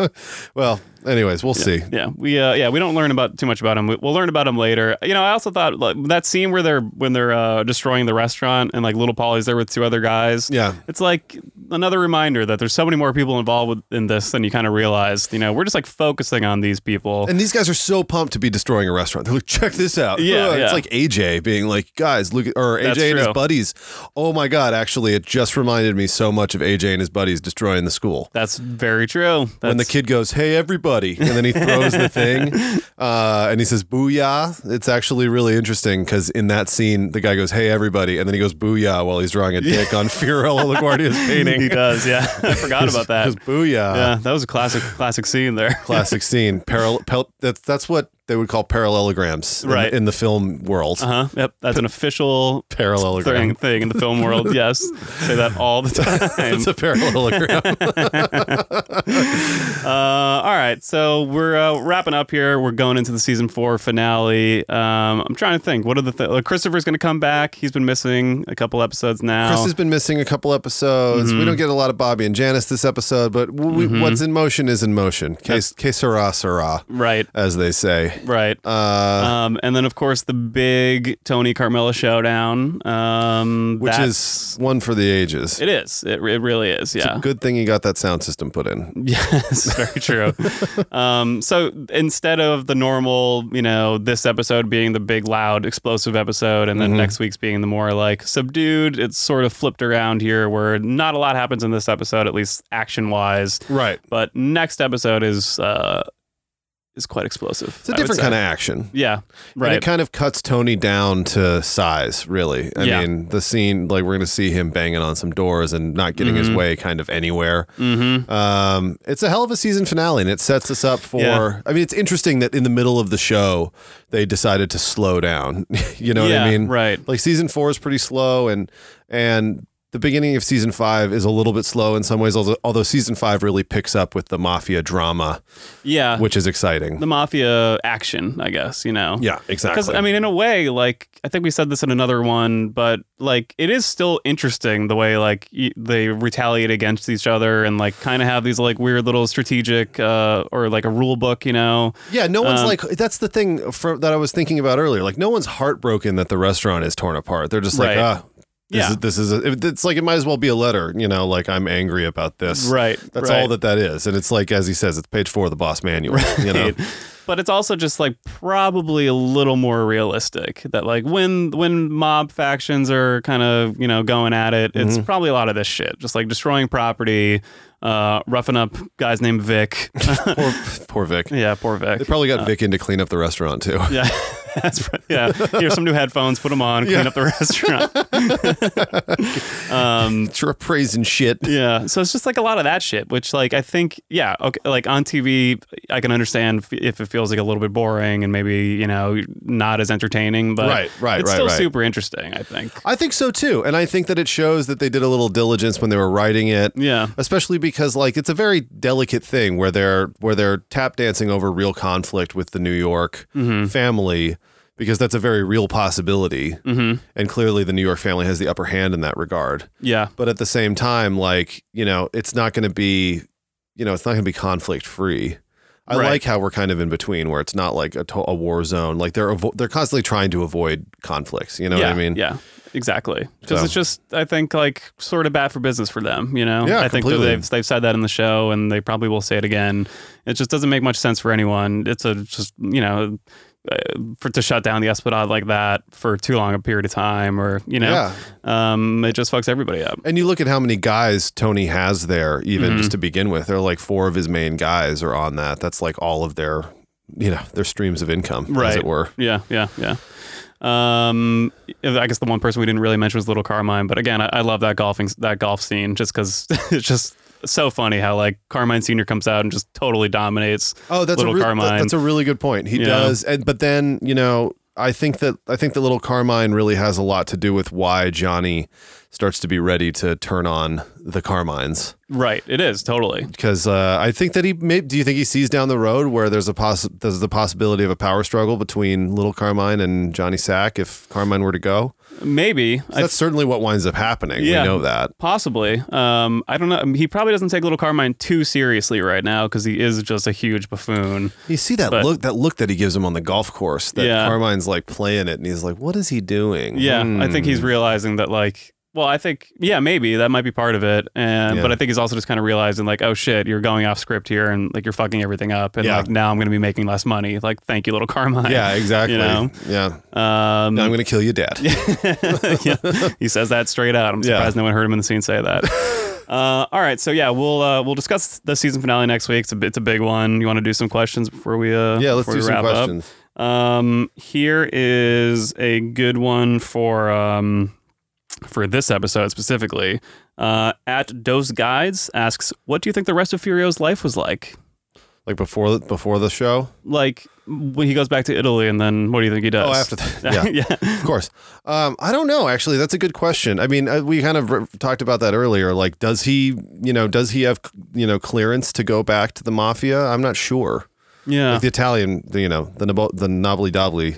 [SPEAKER 5] well, anyways, we'll see.
[SPEAKER 3] yeah, we uh, yeah we don't learn about too much about him. We- We'll learn about him later. You know, I also thought like, that scene where they're when they're uh, destroying the restaurant and like little Polly's there with two other guys.
[SPEAKER 5] Yeah.
[SPEAKER 3] it's like another reminder that there's so many more people involved with, in this than you kind of realize. You know, we're just like focusing on these people.
[SPEAKER 5] And these guys are so pumped to be destroying a restaurant. They're like, check this out.
[SPEAKER 3] Yeah,
[SPEAKER 5] Ugh,
[SPEAKER 3] yeah.
[SPEAKER 5] It's like AJ being like, guys, look at, or AJ
[SPEAKER 3] That's
[SPEAKER 5] and his
[SPEAKER 3] true.
[SPEAKER 5] buddies. Oh my God, actually, it just reminded me so much of AJ and his buddies destroying the school.
[SPEAKER 3] that's very true. That's,
[SPEAKER 5] when the kid goes, "Hey, everybody!" and then he throws the thing, uh, and he says, "Booyah!" It's actually really interesting because in that scene, the guy goes, "Hey, everybody!" and then he goes, "Booyah!" while he's drawing a dick on Fiorella LaGuardia's painting.
[SPEAKER 3] he does. Yeah, I forgot about that.
[SPEAKER 5] Just booyah!
[SPEAKER 3] yeah, that was a classic classic scene there.
[SPEAKER 5] Classic scene. Paral- pel- that's that's what they would call parallelograms, in-
[SPEAKER 3] Right.
[SPEAKER 5] In, the film world,
[SPEAKER 3] Uh huh. Yep. That's an official
[SPEAKER 5] parallelogram.
[SPEAKER 3] thing, thing in the film world. Yes. Say that all the time.
[SPEAKER 5] It's a parallelogram.
[SPEAKER 3] Uh, all right. So we're uh, wrapping up here. We're going into the season four finale. Um, I'm trying to think. What are the th- uh, Christopher's going to come back? He's been missing a couple episodes now.
[SPEAKER 5] Chris has been missing a couple episodes.
[SPEAKER 3] Mm-hmm.
[SPEAKER 5] We don't get a lot of Bobby and Janice this episode, but w- we, what's in motion is in motion. Que, que sera, sera,
[SPEAKER 3] right.
[SPEAKER 5] as they say.
[SPEAKER 3] Right.
[SPEAKER 5] Uh,
[SPEAKER 3] um, and then of course the big Tony Carmella showdown. Um,
[SPEAKER 5] which
[SPEAKER 3] that's-
[SPEAKER 5] is one for the ages.
[SPEAKER 3] it is. It, it really is. Yeah.
[SPEAKER 5] Good thing you got that sound system put in.
[SPEAKER 3] Yes, very true. um, so instead of the normal, you know, this episode being the big, loud, explosive episode, and then next week's being the more like subdued, it's sort of flipped around here where not a lot happens in this episode, at least action wise.
[SPEAKER 5] Right.
[SPEAKER 3] But next episode is uh, is quite explosive.
[SPEAKER 5] It's a different kind of action.
[SPEAKER 3] Yeah,
[SPEAKER 5] And
[SPEAKER 3] right.
[SPEAKER 5] it kind of cuts Tony down to size, really. I
[SPEAKER 3] Yeah.
[SPEAKER 5] mean, the scene, like, we're going to see him banging on some doors and not getting his way kind of anywhere.
[SPEAKER 3] mm-hmm.
[SPEAKER 5] Um, it's a hell of a season finale, and it sets us up for.
[SPEAKER 3] Yeah.
[SPEAKER 5] I mean, it's interesting that in the middle of the show, they decided to slow down. you know
[SPEAKER 3] yeah,
[SPEAKER 5] what I mean?
[SPEAKER 3] Right.
[SPEAKER 5] like season four is pretty slow and and the beginning of season five is a little bit slow in some ways although, although season five really picks up with the mafia drama
[SPEAKER 3] Yeah.
[SPEAKER 5] which is exciting
[SPEAKER 3] Uh-huh. the mafia action, I guess, you know?
[SPEAKER 5] yeah
[SPEAKER 3] Because
[SPEAKER 5] exactly
[SPEAKER 3] I mean, in a way, like I think we said this in another one, but like it is still interesting the way like y- they retaliate against each other and like kind of have these like weird little strategic uh, or like a rule book, you know?
[SPEAKER 5] yeah no one's
[SPEAKER 3] um,
[SPEAKER 5] like that's the thing for, that i was thinking about earlier like no one's heartbroken that the restaurant is torn apart they're just
[SPEAKER 3] Right.
[SPEAKER 5] like ah this
[SPEAKER 3] Yeah.
[SPEAKER 5] is this is a, it's like it might as well be a letter you know like i'm angry about this
[SPEAKER 3] Right,
[SPEAKER 5] that's
[SPEAKER 3] right.
[SPEAKER 5] all that that is and it's like as he says it's page four of the boss manual you know
[SPEAKER 3] But it's also just like probably a little more realistic that like when when mob factions are kind of you know going at it, it's
[SPEAKER 5] Mm-hmm.
[SPEAKER 3] probably a lot of this shit, just like destroying property, uh, roughing up guys named Vic.
[SPEAKER 5] poor, poor vic
[SPEAKER 3] yeah, Uh, poor Vic.
[SPEAKER 5] they probably got vic in to clean up the restaurant too
[SPEAKER 3] Yeah, that's right. Yeah, here's some new headphones. Put them on. Clean
[SPEAKER 5] Yeah.
[SPEAKER 3] up the restaurant.
[SPEAKER 5] It's appraising shit.
[SPEAKER 3] yeah, so it's just like a lot of that shit, which like I think, yeah, okay, like on TV, I can understand f- if it feels like a little bit boring and maybe you know not as entertaining, but
[SPEAKER 5] Right, right,
[SPEAKER 3] it's
[SPEAKER 5] right,
[SPEAKER 3] still
[SPEAKER 5] right.
[SPEAKER 3] super interesting. I think.
[SPEAKER 5] I think so too, and I think that it shows that they did a little diligence when they were writing it.
[SPEAKER 3] Yeah.
[SPEAKER 5] especially because like it's a very delicate thing where they're where they're tap dancing over real conflict with the New York
[SPEAKER 3] Mm-hmm.
[SPEAKER 5] family because that's a very real possibility, mm-hmm. and clearly the New York family has the upper hand in that regard.
[SPEAKER 3] Yeah,
[SPEAKER 5] But at the same time, like you know, it's not going to be, you know, it's not going to be conflict free. I
[SPEAKER 3] Right.
[SPEAKER 5] like how we're kind of in between, where it's not like a, to- a war zone. Like they're avo- they're constantly trying to avoid conflicts. You know
[SPEAKER 3] yeah,
[SPEAKER 5] what I mean?
[SPEAKER 3] yeah. Exactly, because
[SPEAKER 5] So.
[SPEAKER 3] it's just I think like sort of bad for business for them, you know.
[SPEAKER 5] Yeah,
[SPEAKER 3] I think that
[SPEAKER 5] completely.
[SPEAKER 3] they've they've said that in the show, and they probably will say it again. It just doesn't make much sense for anyone. It's a just you know uh, for to shut down the Espadon like that for too long a period of time, or you know, um, it just fucks everybody up.
[SPEAKER 5] And you look at how many guys Tony has there, even just
[SPEAKER 3] Mhm.
[SPEAKER 5] to begin with. They're like four of his main guys are on that. That's like all of their, you know, their streams of income, as it were.
[SPEAKER 3] Yeah, yeah, yeah. Um, I guess the one person we didn't really mention was Little Carmine, but again, I, I love that golfing that golf scene just because it's just so funny how like Carmine Senior comes out and just totally dominates.
[SPEAKER 5] Oh, that's
[SPEAKER 3] Little
[SPEAKER 5] a real- that-
[SPEAKER 3] Carmine.
[SPEAKER 5] that's a really good point. He
[SPEAKER 3] Yeah.
[SPEAKER 5] does, and but then you know I think that I think that little Carmine really has a lot to do with why Johnny starts to be ready to turn on the Carmines
[SPEAKER 3] Right. It is totally.
[SPEAKER 5] because uh, I think that he may, do you think he sees down the road where there's a poss- there's the possibility of a power struggle between little Carmine and Johnny Sack if Carmine were to go
[SPEAKER 3] Maybe. I
[SPEAKER 5] that's certainly what winds up happening
[SPEAKER 3] Yeah.
[SPEAKER 5] we know that
[SPEAKER 3] Possibly. Um, I don't know. He probably doesn't take Little Carmine too seriously right now because he is just a huge buffoon.
[SPEAKER 5] you see that
[SPEAKER 3] But-
[SPEAKER 5] look that look that he gives him on the golf course that
[SPEAKER 3] Yeah.
[SPEAKER 5] Carmine's like playing it and he's like what is he doing
[SPEAKER 3] Yeah, I
[SPEAKER 5] Hmm.
[SPEAKER 3] think he's realizing that like. Well, I think yeah, maybe that might be part of it, and
[SPEAKER 5] Yeah.
[SPEAKER 3] but I think he's also just kind of realizing like, oh shit, you're going off script here, and like you're fucking everything up, and
[SPEAKER 5] Yeah.
[SPEAKER 3] like now I'm gonna be making less money. Like, thank you, little Carmine.
[SPEAKER 5] yeah exactly
[SPEAKER 3] know?
[SPEAKER 5] yeah
[SPEAKER 3] Um,
[SPEAKER 5] now I'm gonna kill you dad
[SPEAKER 3] yeah, he says that straight out. I'm
[SPEAKER 5] Yeah.
[SPEAKER 3] surprised no one heard him in the scene say that. Uh, all right, so yeah, we'll uh, we'll discuss the season finale next week. It's a it's a big one. You want to do some questions before we uh,
[SPEAKER 5] yeah let's
[SPEAKER 3] before
[SPEAKER 5] do
[SPEAKER 3] we
[SPEAKER 5] some
[SPEAKER 3] wrap up?
[SPEAKER 5] questions.
[SPEAKER 3] Um, here is a good one for um, for this episode specifically. Uh, at Dose Guides asks, "What do you think the rest of Furio's life was like?
[SPEAKER 5] like before the, before the show.
[SPEAKER 3] Like when he goes back to Italy, and then what do you think he does?
[SPEAKER 5] Oh, after that, yeah,
[SPEAKER 3] yeah,
[SPEAKER 5] of course. Um, I don't know. Actually, that's a good question. I mean, uh, we kind of re- talked about that earlier. Like, does he, you know, does he have, you know, clearance to go back to the mafia? I'm not sure.
[SPEAKER 3] yeah.
[SPEAKER 5] Like the Italian, the, you know, the Nabo- the nobbly dobbly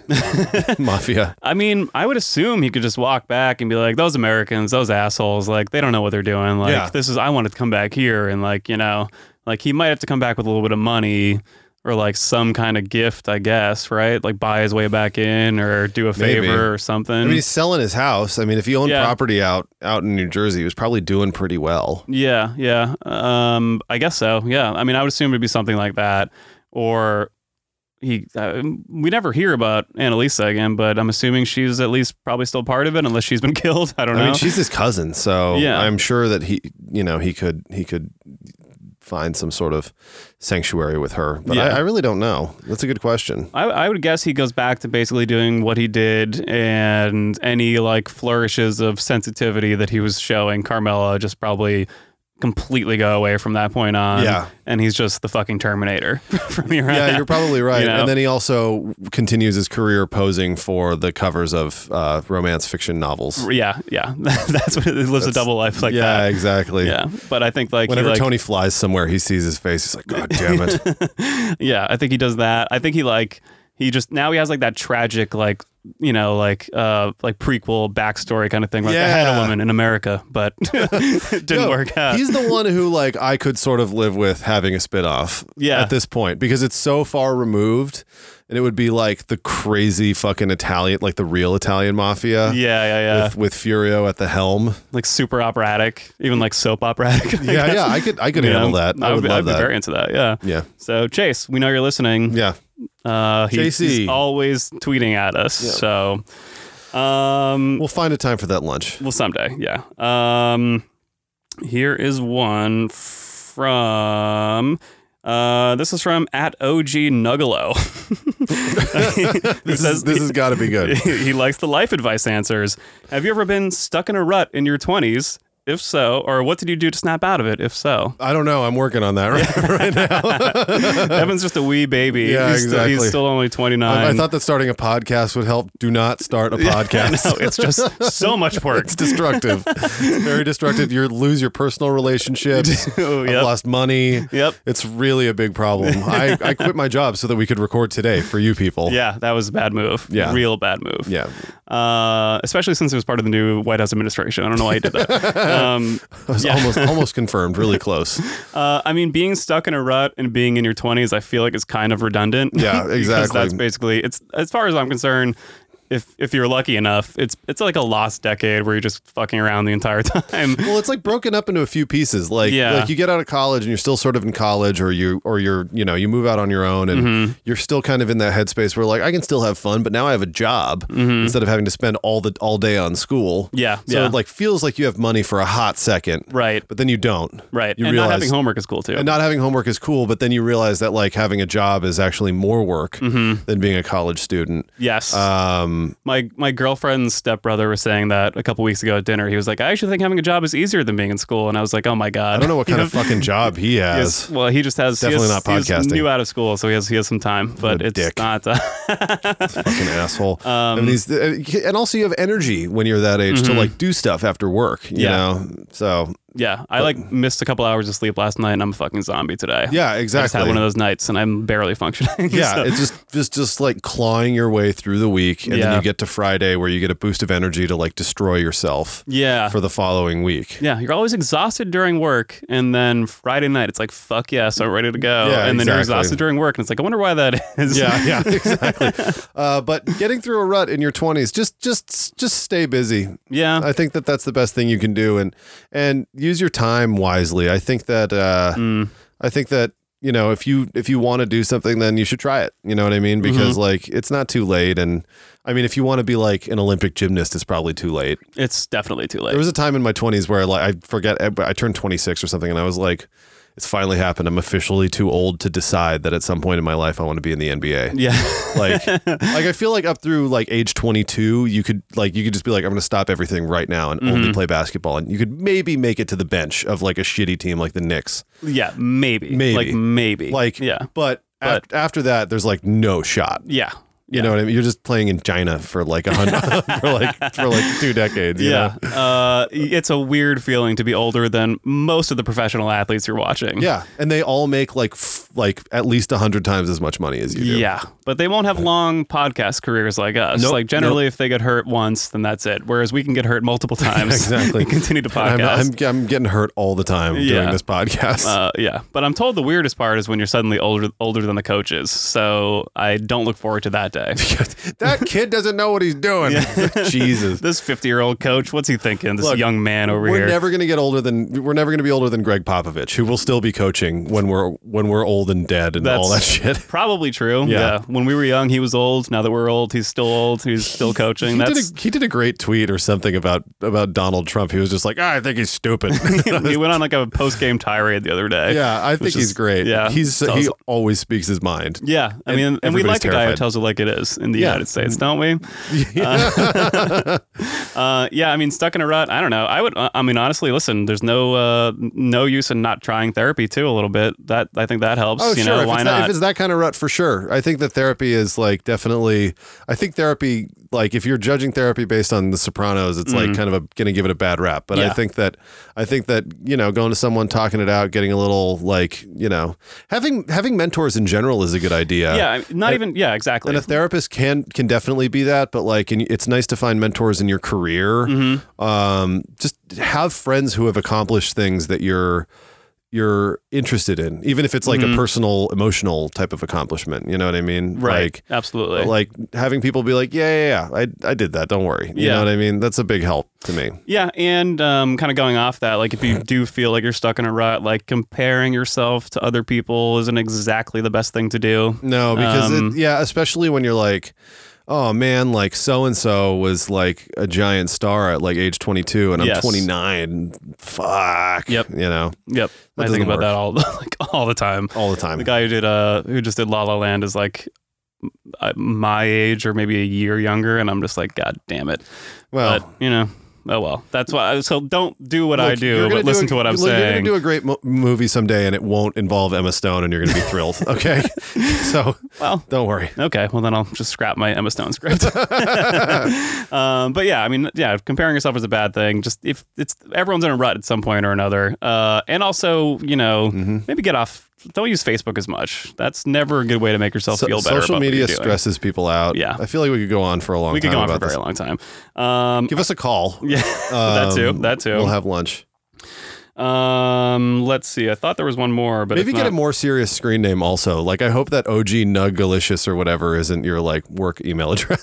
[SPEAKER 5] mafia.
[SPEAKER 3] I mean, I would assume he could just walk back and be like, "Those Americans, those assholes, like they don't know what they're doing. Like
[SPEAKER 5] Yeah.
[SPEAKER 3] this is, I want to come back here and like you know, like he might have to come back with a little bit of money or like some kind of gift, I guess, right? Like buy his way back in or do a favor
[SPEAKER 5] Maybe.
[SPEAKER 3] or something.
[SPEAKER 5] I mean, he's selling his house. I mean, if he owned
[SPEAKER 3] Yeah.
[SPEAKER 5] property out out in New Jersey, he was probably doing pretty well.
[SPEAKER 3] yeah, yeah. Um, I guess so. Yeah. I mean, I would assume it'd be something like that, or he. Uh, we never hear about Annalisa again, but I'm assuming she's at least probably still part of it, unless she's been killed. I don't
[SPEAKER 5] I
[SPEAKER 3] know.
[SPEAKER 5] mean, she's his cousin, so
[SPEAKER 3] Yeah.
[SPEAKER 5] I'm sure that he, you know, he could he could find some sort of sanctuary with her. But
[SPEAKER 3] Yeah.
[SPEAKER 5] I, I really don't know. That's a good question.
[SPEAKER 3] I, I would guess he goes back to basically doing what he did, and any like flourishes of sensitivity that he was showing, Carmela just probably completely go away from that point on.
[SPEAKER 5] Yeah.
[SPEAKER 3] and he's just the fucking Terminator from here on
[SPEAKER 5] Yeah,
[SPEAKER 3] out.
[SPEAKER 5] you're probably right.
[SPEAKER 3] You know?
[SPEAKER 5] And then he also continues his career posing for the covers of uh, romance fiction novels.
[SPEAKER 3] yeah, yeah. That's what it lives a double life like
[SPEAKER 5] yeah,
[SPEAKER 3] that.
[SPEAKER 5] exactly.
[SPEAKER 3] Yeah, but I think like he,
[SPEAKER 5] Whenever
[SPEAKER 3] like-
[SPEAKER 5] Tony flies somewhere, he sees his face. He's like, God damn it.
[SPEAKER 3] yeah, I think he does that. I think he like he just now he has like that tragic like you know like uh like prequel backstory kind of thing. Like I had a
[SPEAKER 5] Yeah.
[SPEAKER 3] woman in America, but didn't
[SPEAKER 5] No,
[SPEAKER 3] work out.
[SPEAKER 5] He's the one who like I could sort of live with having a spinoff
[SPEAKER 3] Yeah.
[SPEAKER 5] at this point because it's so far removed and it would be like the crazy fucking Italian like the real Italian mafia
[SPEAKER 3] yeah, yeah, yeah.
[SPEAKER 5] with, with Furio at the helm.
[SPEAKER 3] like super operatic, even like soap operatic. I
[SPEAKER 5] Yeah,
[SPEAKER 3] guess.
[SPEAKER 5] yeah, I could I could
[SPEAKER 3] You know,
[SPEAKER 5] handle that. I, would
[SPEAKER 3] be,
[SPEAKER 5] love
[SPEAKER 3] I'd
[SPEAKER 5] that.
[SPEAKER 3] be very into that. Yeah.
[SPEAKER 5] yeah.
[SPEAKER 3] So Chase, we know you're listening.
[SPEAKER 5] Yeah. E.
[SPEAKER 3] Uh, he-
[SPEAKER 5] JC.
[SPEAKER 3] he's always tweeting at us. So, um,
[SPEAKER 5] We'll find a time for that lunch.
[SPEAKER 3] well, someday, yeah. Um, here is one from. Uh, this is from at OG Nuggalo.
[SPEAKER 5] This is this has got to be good.
[SPEAKER 3] he likes the life advice answers. Have you ever been stuck in a rut in your 20s? If so, or what did you do to snap out of it? If so,
[SPEAKER 5] I don't know. I'm working on that right, right now.
[SPEAKER 3] Evan's just a wee baby.
[SPEAKER 5] Yeah,
[SPEAKER 3] he's Still, he's
[SPEAKER 5] exactly.
[SPEAKER 3] still only 29.
[SPEAKER 5] I, I thought that starting a podcast would help. Do not start a podcast.
[SPEAKER 3] no, it's just so much work.
[SPEAKER 5] It's destructive. it's very destructive. You lose your personal relationships.
[SPEAKER 3] do,
[SPEAKER 5] I've
[SPEAKER 3] Oh, yep.
[SPEAKER 5] lost money.
[SPEAKER 3] Yep.
[SPEAKER 5] It's really a big problem. I, I quit my job so that we could record today for you people.
[SPEAKER 3] Yeah, that was a bad move.
[SPEAKER 5] Yeah.
[SPEAKER 3] Real bad move.
[SPEAKER 5] Yeah.
[SPEAKER 3] Uh, especially since it was part of the new White House administration. I don't know why he did that. um,
[SPEAKER 5] It was almost almost confirmed, really close.
[SPEAKER 3] uh, I mean, being stuck in a rut and being in your 20s, I feel like is kind of redundant.
[SPEAKER 5] Yeah,
[SPEAKER 3] Because
[SPEAKER 5] exactly.
[SPEAKER 3] that's basically, it's as far as I'm concerned, if, if you're lucky enough, it's it's like a lost decade where you're just fucking around the entire time.
[SPEAKER 5] Well, it's like broken up into a few pieces. Like,
[SPEAKER 3] Yeah.
[SPEAKER 5] like you get out of college and you're still sort of in college, or you, or you're, you know, you move out on your own, and
[SPEAKER 3] Mm-hmm.
[SPEAKER 5] you're still kind of in that headspace where like I can still have fun, but now I have a job instead of having to spend all the all day on school.
[SPEAKER 3] Mm-hmm. Yeah,
[SPEAKER 5] so
[SPEAKER 3] yeah.
[SPEAKER 5] it like feels like you have money for a hot second,
[SPEAKER 3] Right.
[SPEAKER 5] But then you don't,
[SPEAKER 3] Right.
[SPEAKER 5] You
[SPEAKER 3] and
[SPEAKER 5] realize
[SPEAKER 3] not having homework is cool too.
[SPEAKER 5] and not having homework is cool, but then you
[SPEAKER 3] Mm-hmm.
[SPEAKER 5] realize that like having a job is actually more work than being a college student.
[SPEAKER 3] yes.
[SPEAKER 5] Um, Um,
[SPEAKER 3] My my girlfriend's stepbrother was saying that a couple weeks ago at dinner. He was like, "I actually think having a job is easier than being in school." And I was like, "Oh my god!"
[SPEAKER 5] I don't know what kind of fucking job he
[SPEAKER 3] Yes.
[SPEAKER 5] has.
[SPEAKER 3] Well, he just has he
[SPEAKER 5] Definitely
[SPEAKER 3] has-
[SPEAKER 5] not
[SPEAKER 3] he's
[SPEAKER 5] podcasting.
[SPEAKER 3] new out of school, so he has he has some time, but
[SPEAKER 5] a
[SPEAKER 3] it's
[SPEAKER 5] dick.
[SPEAKER 3] not. uh,
[SPEAKER 5] Fucking asshole.
[SPEAKER 3] Um,
[SPEAKER 5] I mean, he's, uh, and also you have energy when you're that age to like do stuff after work.
[SPEAKER 3] Mm-hmm.
[SPEAKER 5] You
[SPEAKER 3] Yeah.
[SPEAKER 5] know, so
[SPEAKER 3] yeah, I like missed a couple hours of sleep last night, and I'm a fucking zombie today.
[SPEAKER 5] Yeah,
[SPEAKER 3] I just had
[SPEAKER 5] exactly.
[SPEAKER 3] one of those nights, and I'm barely functioning.
[SPEAKER 5] yeah,
[SPEAKER 3] So-
[SPEAKER 5] it's just just just like clawing your way through the week, and
[SPEAKER 3] Yeah.
[SPEAKER 5] then you get to Friday where you get a boost of energy to like destroy yourself
[SPEAKER 3] yeah.
[SPEAKER 5] for the following week.
[SPEAKER 3] yeah, you're always exhausted during work, and then Friday night it's like fuck yes, I'm ready to go,
[SPEAKER 5] Yeah,
[SPEAKER 3] and then you're
[SPEAKER 5] exactly.
[SPEAKER 3] exhausted during work, and it's like I wonder why that is.
[SPEAKER 5] Yeah, yeah, exactly. uh, but getting through a rut in your twenties, just just just stay busy.
[SPEAKER 3] yeah.
[SPEAKER 5] I think that that's the best thing you can do, and and use your time wisely. I think that uh, I think that you know if you if you want to do something, then you should try it. You know what I mean? Because like it's not too late, and I mean if you want to be like an Olympic gymnast, it's probably too late.
[SPEAKER 3] it's definitely too late.
[SPEAKER 5] There was a time in my 20s where like I forget eh, I I turned 26 or something and I was like it's finally happened. I'm officially too old to decide that at some point in my life I want to be in the NBA.
[SPEAKER 3] yeah,
[SPEAKER 5] Like like I feel like up through like age 22, you could like you could just be like I'm going to stop everything right now and
[SPEAKER 3] Mm-hmm.
[SPEAKER 5] only play basketball and you could maybe make it to the bench of like a shitty team like the Knicks.
[SPEAKER 3] yeah, maybe,
[SPEAKER 5] Maybe.
[SPEAKER 3] like maybe,
[SPEAKER 5] Like
[SPEAKER 3] yeah,
[SPEAKER 5] but, af- after that there's like no shot.
[SPEAKER 3] yeah,
[SPEAKER 5] You know what I mean? You're just playing in China for like a hundred for like for like two decades, you know?
[SPEAKER 3] Yeah, uh, it's a weird feeling to be older than most of the professional athletes you're watching.
[SPEAKER 5] Yeah, and they all make like f- like at least a hundred times as much money as you do.
[SPEAKER 3] Yeah, but they won't have long podcast careers like us.
[SPEAKER 5] Nope,
[SPEAKER 3] like generally, if they get hurt once, then that's it. Whereas we can get hurt multiple times,
[SPEAKER 5] Exactly.
[SPEAKER 3] and continue to podcast.
[SPEAKER 5] I'm, I'm, I'm getting hurt all the time
[SPEAKER 3] Yeah.
[SPEAKER 5] doing this podcast.
[SPEAKER 3] uh, yeah, but I'm told the weirdest part is when you're suddenly older older than the coaches. So I don't look forward to that day.
[SPEAKER 5] that kid doesn't know what he's doing. Jesus.
[SPEAKER 3] this 50 year old coach, what's he thinking? This
[SPEAKER 5] Look,
[SPEAKER 3] young man over
[SPEAKER 5] We're
[SPEAKER 3] here.
[SPEAKER 5] never going to get older than we're never going to be older than Greg Popovich, who will still be coaching when we're when we're old and dead and all that
[SPEAKER 3] That's-
[SPEAKER 5] shit.
[SPEAKER 3] Probably true. Yeah.
[SPEAKER 5] Yeah.
[SPEAKER 3] When we were young, he was old. Now that we're old, he's still old. He's still coaching.
[SPEAKER 5] He did,
[SPEAKER 3] That's
[SPEAKER 5] a, he did a great tweet or something about about Donald Trump. He was just like, "Ah, I think he's stupid.
[SPEAKER 3] he went on like a post game tirade the other day.
[SPEAKER 5] yeah, I think
[SPEAKER 3] is-
[SPEAKER 5] he's great.
[SPEAKER 3] yeah,
[SPEAKER 5] he's
[SPEAKER 3] it's
[SPEAKER 5] he
[SPEAKER 3] awesome.
[SPEAKER 5] always speaks his mind.
[SPEAKER 3] Yeah, I mean, and we
[SPEAKER 5] everybody's
[SPEAKER 3] like a guy who
[SPEAKER 5] terrified.
[SPEAKER 3] tells it like it is in the
[SPEAKER 5] Yeah.
[SPEAKER 3] United States, don't we? Uh, uh, yeah, I mean, stuck in a rut. I don't know. I would. uh, I mean, honestly, listen. There's no uh, no use in not trying therapy too. A little bit. That I think that helps. you know,
[SPEAKER 5] Oh, if
[SPEAKER 3] why
[SPEAKER 5] it's That,
[SPEAKER 3] not?
[SPEAKER 5] if it's that kind of rut, for sure. I think that therapy is like definitely. I think therapy, like if you're judging therapy based on The Sopranos, it's like kind of a, gonna give it a bad rap. But I
[SPEAKER 3] Mm-hmm. Yeah.
[SPEAKER 5] think that I think that you know, going to someone, talking it out, getting a little like you know, having having mentors in general is a good idea.
[SPEAKER 3] yeah, I- not even. Yeah, exactly.
[SPEAKER 5] And a therapist can can definitely be that, but like, and it's nice to find mentors in your career.
[SPEAKER 3] Mm-hmm.
[SPEAKER 5] Um, just have friends who have accomplished things that you're you're interested in, even if it's like
[SPEAKER 3] Mm-hmm.
[SPEAKER 5] a personal, emotional type of accomplishment. You know what I mean?
[SPEAKER 3] right.
[SPEAKER 5] Like,
[SPEAKER 3] Absolutely.
[SPEAKER 5] like having people be like, yeah, yeah, yeah, I I did that. Don't worry. You
[SPEAKER 3] Yeah.
[SPEAKER 5] know what I mean? That's a big help to me.
[SPEAKER 3] Yeah, and um, kind of going off that, like if you do feel like you're stuck in a rut, like comparing yourself to other people isn't exactly the best thing to do.
[SPEAKER 5] No, because
[SPEAKER 3] Um,
[SPEAKER 5] it, yeah, especially when you're like, oh man, like so and so was like a giant star at like age 22, and I'm
[SPEAKER 3] Yes.
[SPEAKER 5] 29. Fuck.
[SPEAKER 3] Yep.
[SPEAKER 5] You know,
[SPEAKER 3] Yep, I
[SPEAKER 5] doesn't
[SPEAKER 3] think about
[SPEAKER 5] work.
[SPEAKER 3] that all like all the time.
[SPEAKER 5] all the time.
[SPEAKER 3] The guy who did uh who just did La La Land is like m- uh, my age or maybe a year younger, and I'm just like, God damn it!
[SPEAKER 5] well.
[SPEAKER 3] But you know, oh well. That's why. So don't do what I
[SPEAKER 5] look, you're
[SPEAKER 3] do,
[SPEAKER 5] gonna
[SPEAKER 3] but listen
[SPEAKER 5] a-
[SPEAKER 3] to what I'm
[SPEAKER 5] look, You're
[SPEAKER 3] saying.
[SPEAKER 5] gonna do a great mo- movie someday, and it won't involve Emma Stone, and you're gonna be thrilled. Okay, so
[SPEAKER 3] Well.
[SPEAKER 5] don't worry.
[SPEAKER 3] Okay, well then I'll just scrap my Emma Stone script. um, but yeah, I mean, yeah, comparing yourself is a bad thing. Just if it's everyone's in a rut at some point or another, uh, and also you know
[SPEAKER 5] Mm-hmm.
[SPEAKER 3] maybe get off. Don't use Facebook as much. That's never a good way to make yourself
[SPEAKER 5] So-
[SPEAKER 3] feel better. about
[SPEAKER 5] social
[SPEAKER 3] what
[SPEAKER 5] media
[SPEAKER 3] you're doing.
[SPEAKER 5] stresses people out.
[SPEAKER 3] Yeah.
[SPEAKER 5] I feel like we could go on for a long
[SPEAKER 3] We
[SPEAKER 5] time
[SPEAKER 3] could go on for a
[SPEAKER 5] about
[SPEAKER 3] very
[SPEAKER 5] this.
[SPEAKER 3] long time. Um,
[SPEAKER 5] Give us a call.
[SPEAKER 3] yeah, that too.
[SPEAKER 5] Um,
[SPEAKER 3] That too.
[SPEAKER 5] We'll have lunch.
[SPEAKER 3] Um, let's see. I thought there was one more, but
[SPEAKER 5] Maybe
[SPEAKER 3] it's
[SPEAKER 5] get
[SPEAKER 3] not.
[SPEAKER 5] a more serious screen name also. Like I hope that OG Nuggalicious or whatever isn't your like work email address.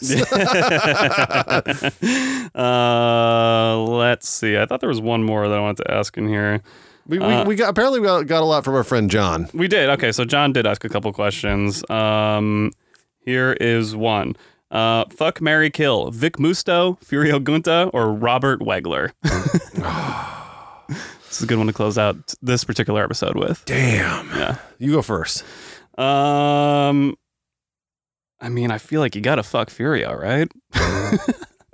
[SPEAKER 3] uh, let's see. I thought there was one more that I wanted to ask in here.
[SPEAKER 5] we, we, we got apparently we got, got a lot from our friend John.
[SPEAKER 3] We did. Okay, so John did ask a couple questions. Um, here is one. Uh, fuck Mary Kill, Vic Musto, Furio Gunta, or Robert Wegler. this is a good one to close out this particular episode with.
[SPEAKER 5] Damn.
[SPEAKER 3] Yeah.
[SPEAKER 5] You go first.
[SPEAKER 3] Um, I mean, I feel like you gotta fuck Furio, right?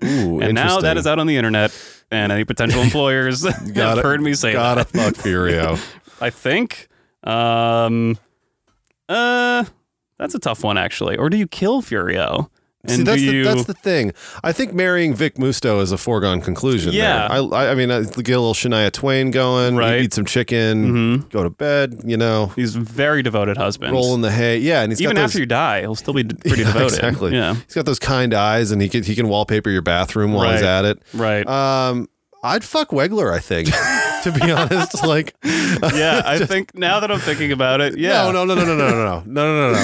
[SPEAKER 5] Ooh,
[SPEAKER 3] And now that
[SPEAKER 5] interesting.
[SPEAKER 3] is out on the internet, and any potential employers have
[SPEAKER 5] Gotta-
[SPEAKER 3] heard me say that.
[SPEAKER 5] Gotta fuck Furio.
[SPEAKER 3] I think. Um, uh, that's a tough one, actually. Or do you kill Furio?
[SPEAKER 5] See, that's, the, that's the thing. I think marrying Vic Musto is a foregone conclusion. there.
[SPEAKER 3] Yeah.
[SPEAKER 5] I, I, I mean, I get a little Shania Twain going. you
[SPEAKER 3] Right. Mm-hmm.
[SPEAKER 5] Eat some chicken. Go to bed. You know,
[SPEAKER 3] he's a very devoted husband.
[SPEAKER 5] roll in the hay. Yeah, and he's
[SPEAKER 3] Even
[SPEAKER 5] got
[SPEAKER 3] after
[SPEAKER 5] those,
[SPEAKER 3] you die, he'll still be d- pretty
[SPEAKER 5] Yeah,
[SPEAKER 3] devoted.
[SPEAKER 5] Exactly.
[SPEAKER 3] Yeah.
[SPEAKER 5] He's got those kind eyes, and he can he can wallpaper your bathroom while he's
[SPEAKER 3] Right.
[SPEAKER 5] at it.
[SPEAKER 3] Right.
[SPEAKER 5] Um, I'd fuck Wegler. I think. to be honest, like.
[SPEAKER 3] yeah. I think now that I'm thinking about it, yeah.
[SPEAKER 5] No, no, no, no, no, no, no, no, no, no,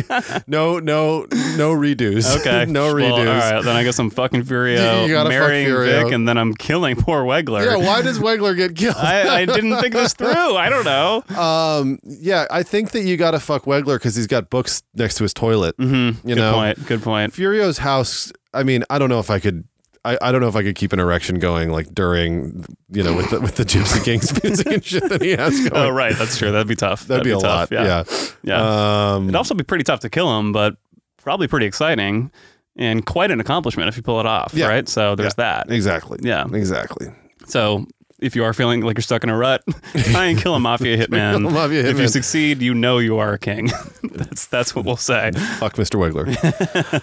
[SPEAKER 5] no, no, no, no redos.
[SPEAKER 3] Okay.
[SPEAKER 5] no redos.
[SPEAKER 3] Well, all right. Then I guess I'm fucking Furio,
[SPEAKER 5] You gotta fuck
[SPEAKER 3] marrying
[SPEAKER 5] Furio.
[SPEAKER 3] Vic, and then I'm killing poor Wegler.
[SPEAKER 5] Yeah, why does Wegler get killed?
[SPEAKER 3] I, I didn't think this through. I don't know.
[SPEAKER 5] Um, yeah, I think that you got to fuck Wegler because he's got books next to his toilet. Mm-hmm. You
[SPEAKER 3] Good
[SPEAKER 5] know,
[SPEAKER 3] point. Good point.
[SPEAKER 5] Furio's house. I mean, I don't know if I could. I, I don't know if I could keep an erection going like during, you know, with the, with the Gypsy Kings music and shit that he has going.
[SPEAKER 3] Oh, right. That's true. That'd be tough.
[SPEAKER 5] That'd, be, a
[SPEAKER 3] tough.
[SPEAKER 5] lot.
[SPEAKER 3] Yeah.
[SPEAKER 5] Yeah. Um,
[SPEAKER 3] It'd also be pretty tough to kill him, but probably pretty exciting and quite an accomplishment if you pull it off,
[SPEAKER 5] Yeah.
[SPEAKER 3] right? So there's that.
[SPEAKER 5] exactly.
[SPEAKER 3] Yeah.
[SPEAKER 5] Exactly.
[SPEAKER 3] So if you are feeling like you're stuck in a rut, try and kill a mafia hitman.
[SPEAKER 5] Kill a mafia
[SPEAKER 3] If you
[SPEAKER 5] hitman.
[SPEAKER 3] succeed, you know you are a king. that's that's what we'll say.
[SPEAKER 5] Fuck Mr. Wegler.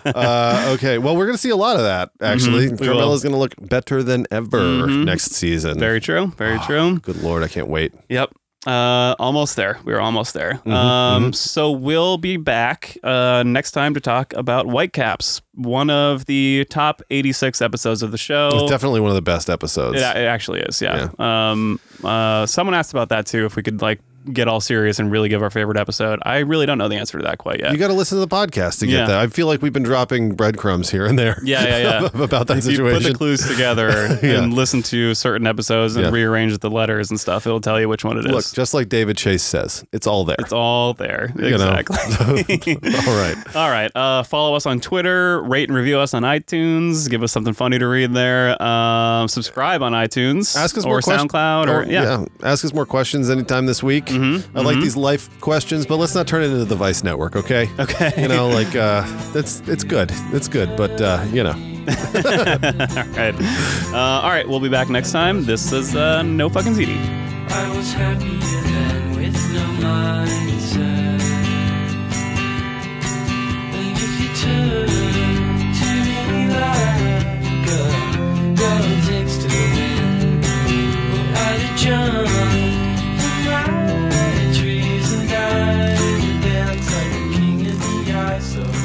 [SPEAKER 5] uh, okay. Well, we're gonna see a lot of that actually.
[SPEAKER 3] Mhm, we will. Mm-hmm.
[SPEAKER 5] Carmella's gonna look better than ever next season.
[SPEAKER 3] Very true. Very
[SPEAKER 5] Ah.
[SPEAKER 3] true.
[SPEAKER 5] Good lord, I can't wait.
[SPEAKER 3] Yep. Uh, almost there. We were almost there.
[SPEAKER 5] Mm-hmm,
[SPEAKER 3] um, So we'll be back uh, next time to talk about Whitecaps, one of the top 86 episodes of the show.
[SPEAKER 5] It's definitely one of the best episodes.
[SPEAKER 3] It, it actually is, yeah. Um, uh, someone asked about that too. If we could like get all serious and really give our favorite episode, I really don't know the answer to that quite yet.
[SPEAKER 5] You got to listen to the podcast to get
[SPEAKER 3] Yeah.
[SPEAKER 5] that. I feel like we've been dropping breadcrumbs here and there.
[SPEAKER 3] yeah, yeah, yeah.
[SPEAKER 5] about that
[SPEAKER 3] if
[SPEAKER 5] situation.
[SPEAKER 3] you put the clues together
[SPEAKER 5] Yeah.
[SPEAKER 3] and listen to certain episodes and
[SPEAKER 5] Yeah.
[SPEAKER 3] rearrange the letters and stuff, it'll tell you which one it is.
[SPEAKER 5] Look, just like David Chase says, it's all there.
[SPEAKER 3] it's all there.
[SPEAKER 5] know.
[SPEAKER 3] Exactly.
[SPEAKER 5] all right.
[SPEAKER 3] All right. Uh, follow us on Twitter. Rate and review us on iTunes. Give us something funny to read there. Um, subscribe on iTunes.
[SPEAKER 5] Ask us
[SPEAKER 3] or
[SPEAKER 5] more questions.
[SPEAKER 3] SoundCloud or yeah. Mm-hmm.
[SPEAKER 5] Ask us more questions anytime this week. I like these life questions, but let's not turn it into the Vice Network, okay?
[SPEAKER 3] Okay.
[SPEAKER 5] You know, like uh, that's it's good. It's good, but uh, you know,
[SPEAKER 3] All right. Uh, all right. We'll be back next time. This is uh, no fucking ZD.
[SPEAKER 7] I was happy then with no mindset. And if you turn to me like a girl takes to the wind, well, I'd have jumped from my trees and died and dance like a king in the ice. So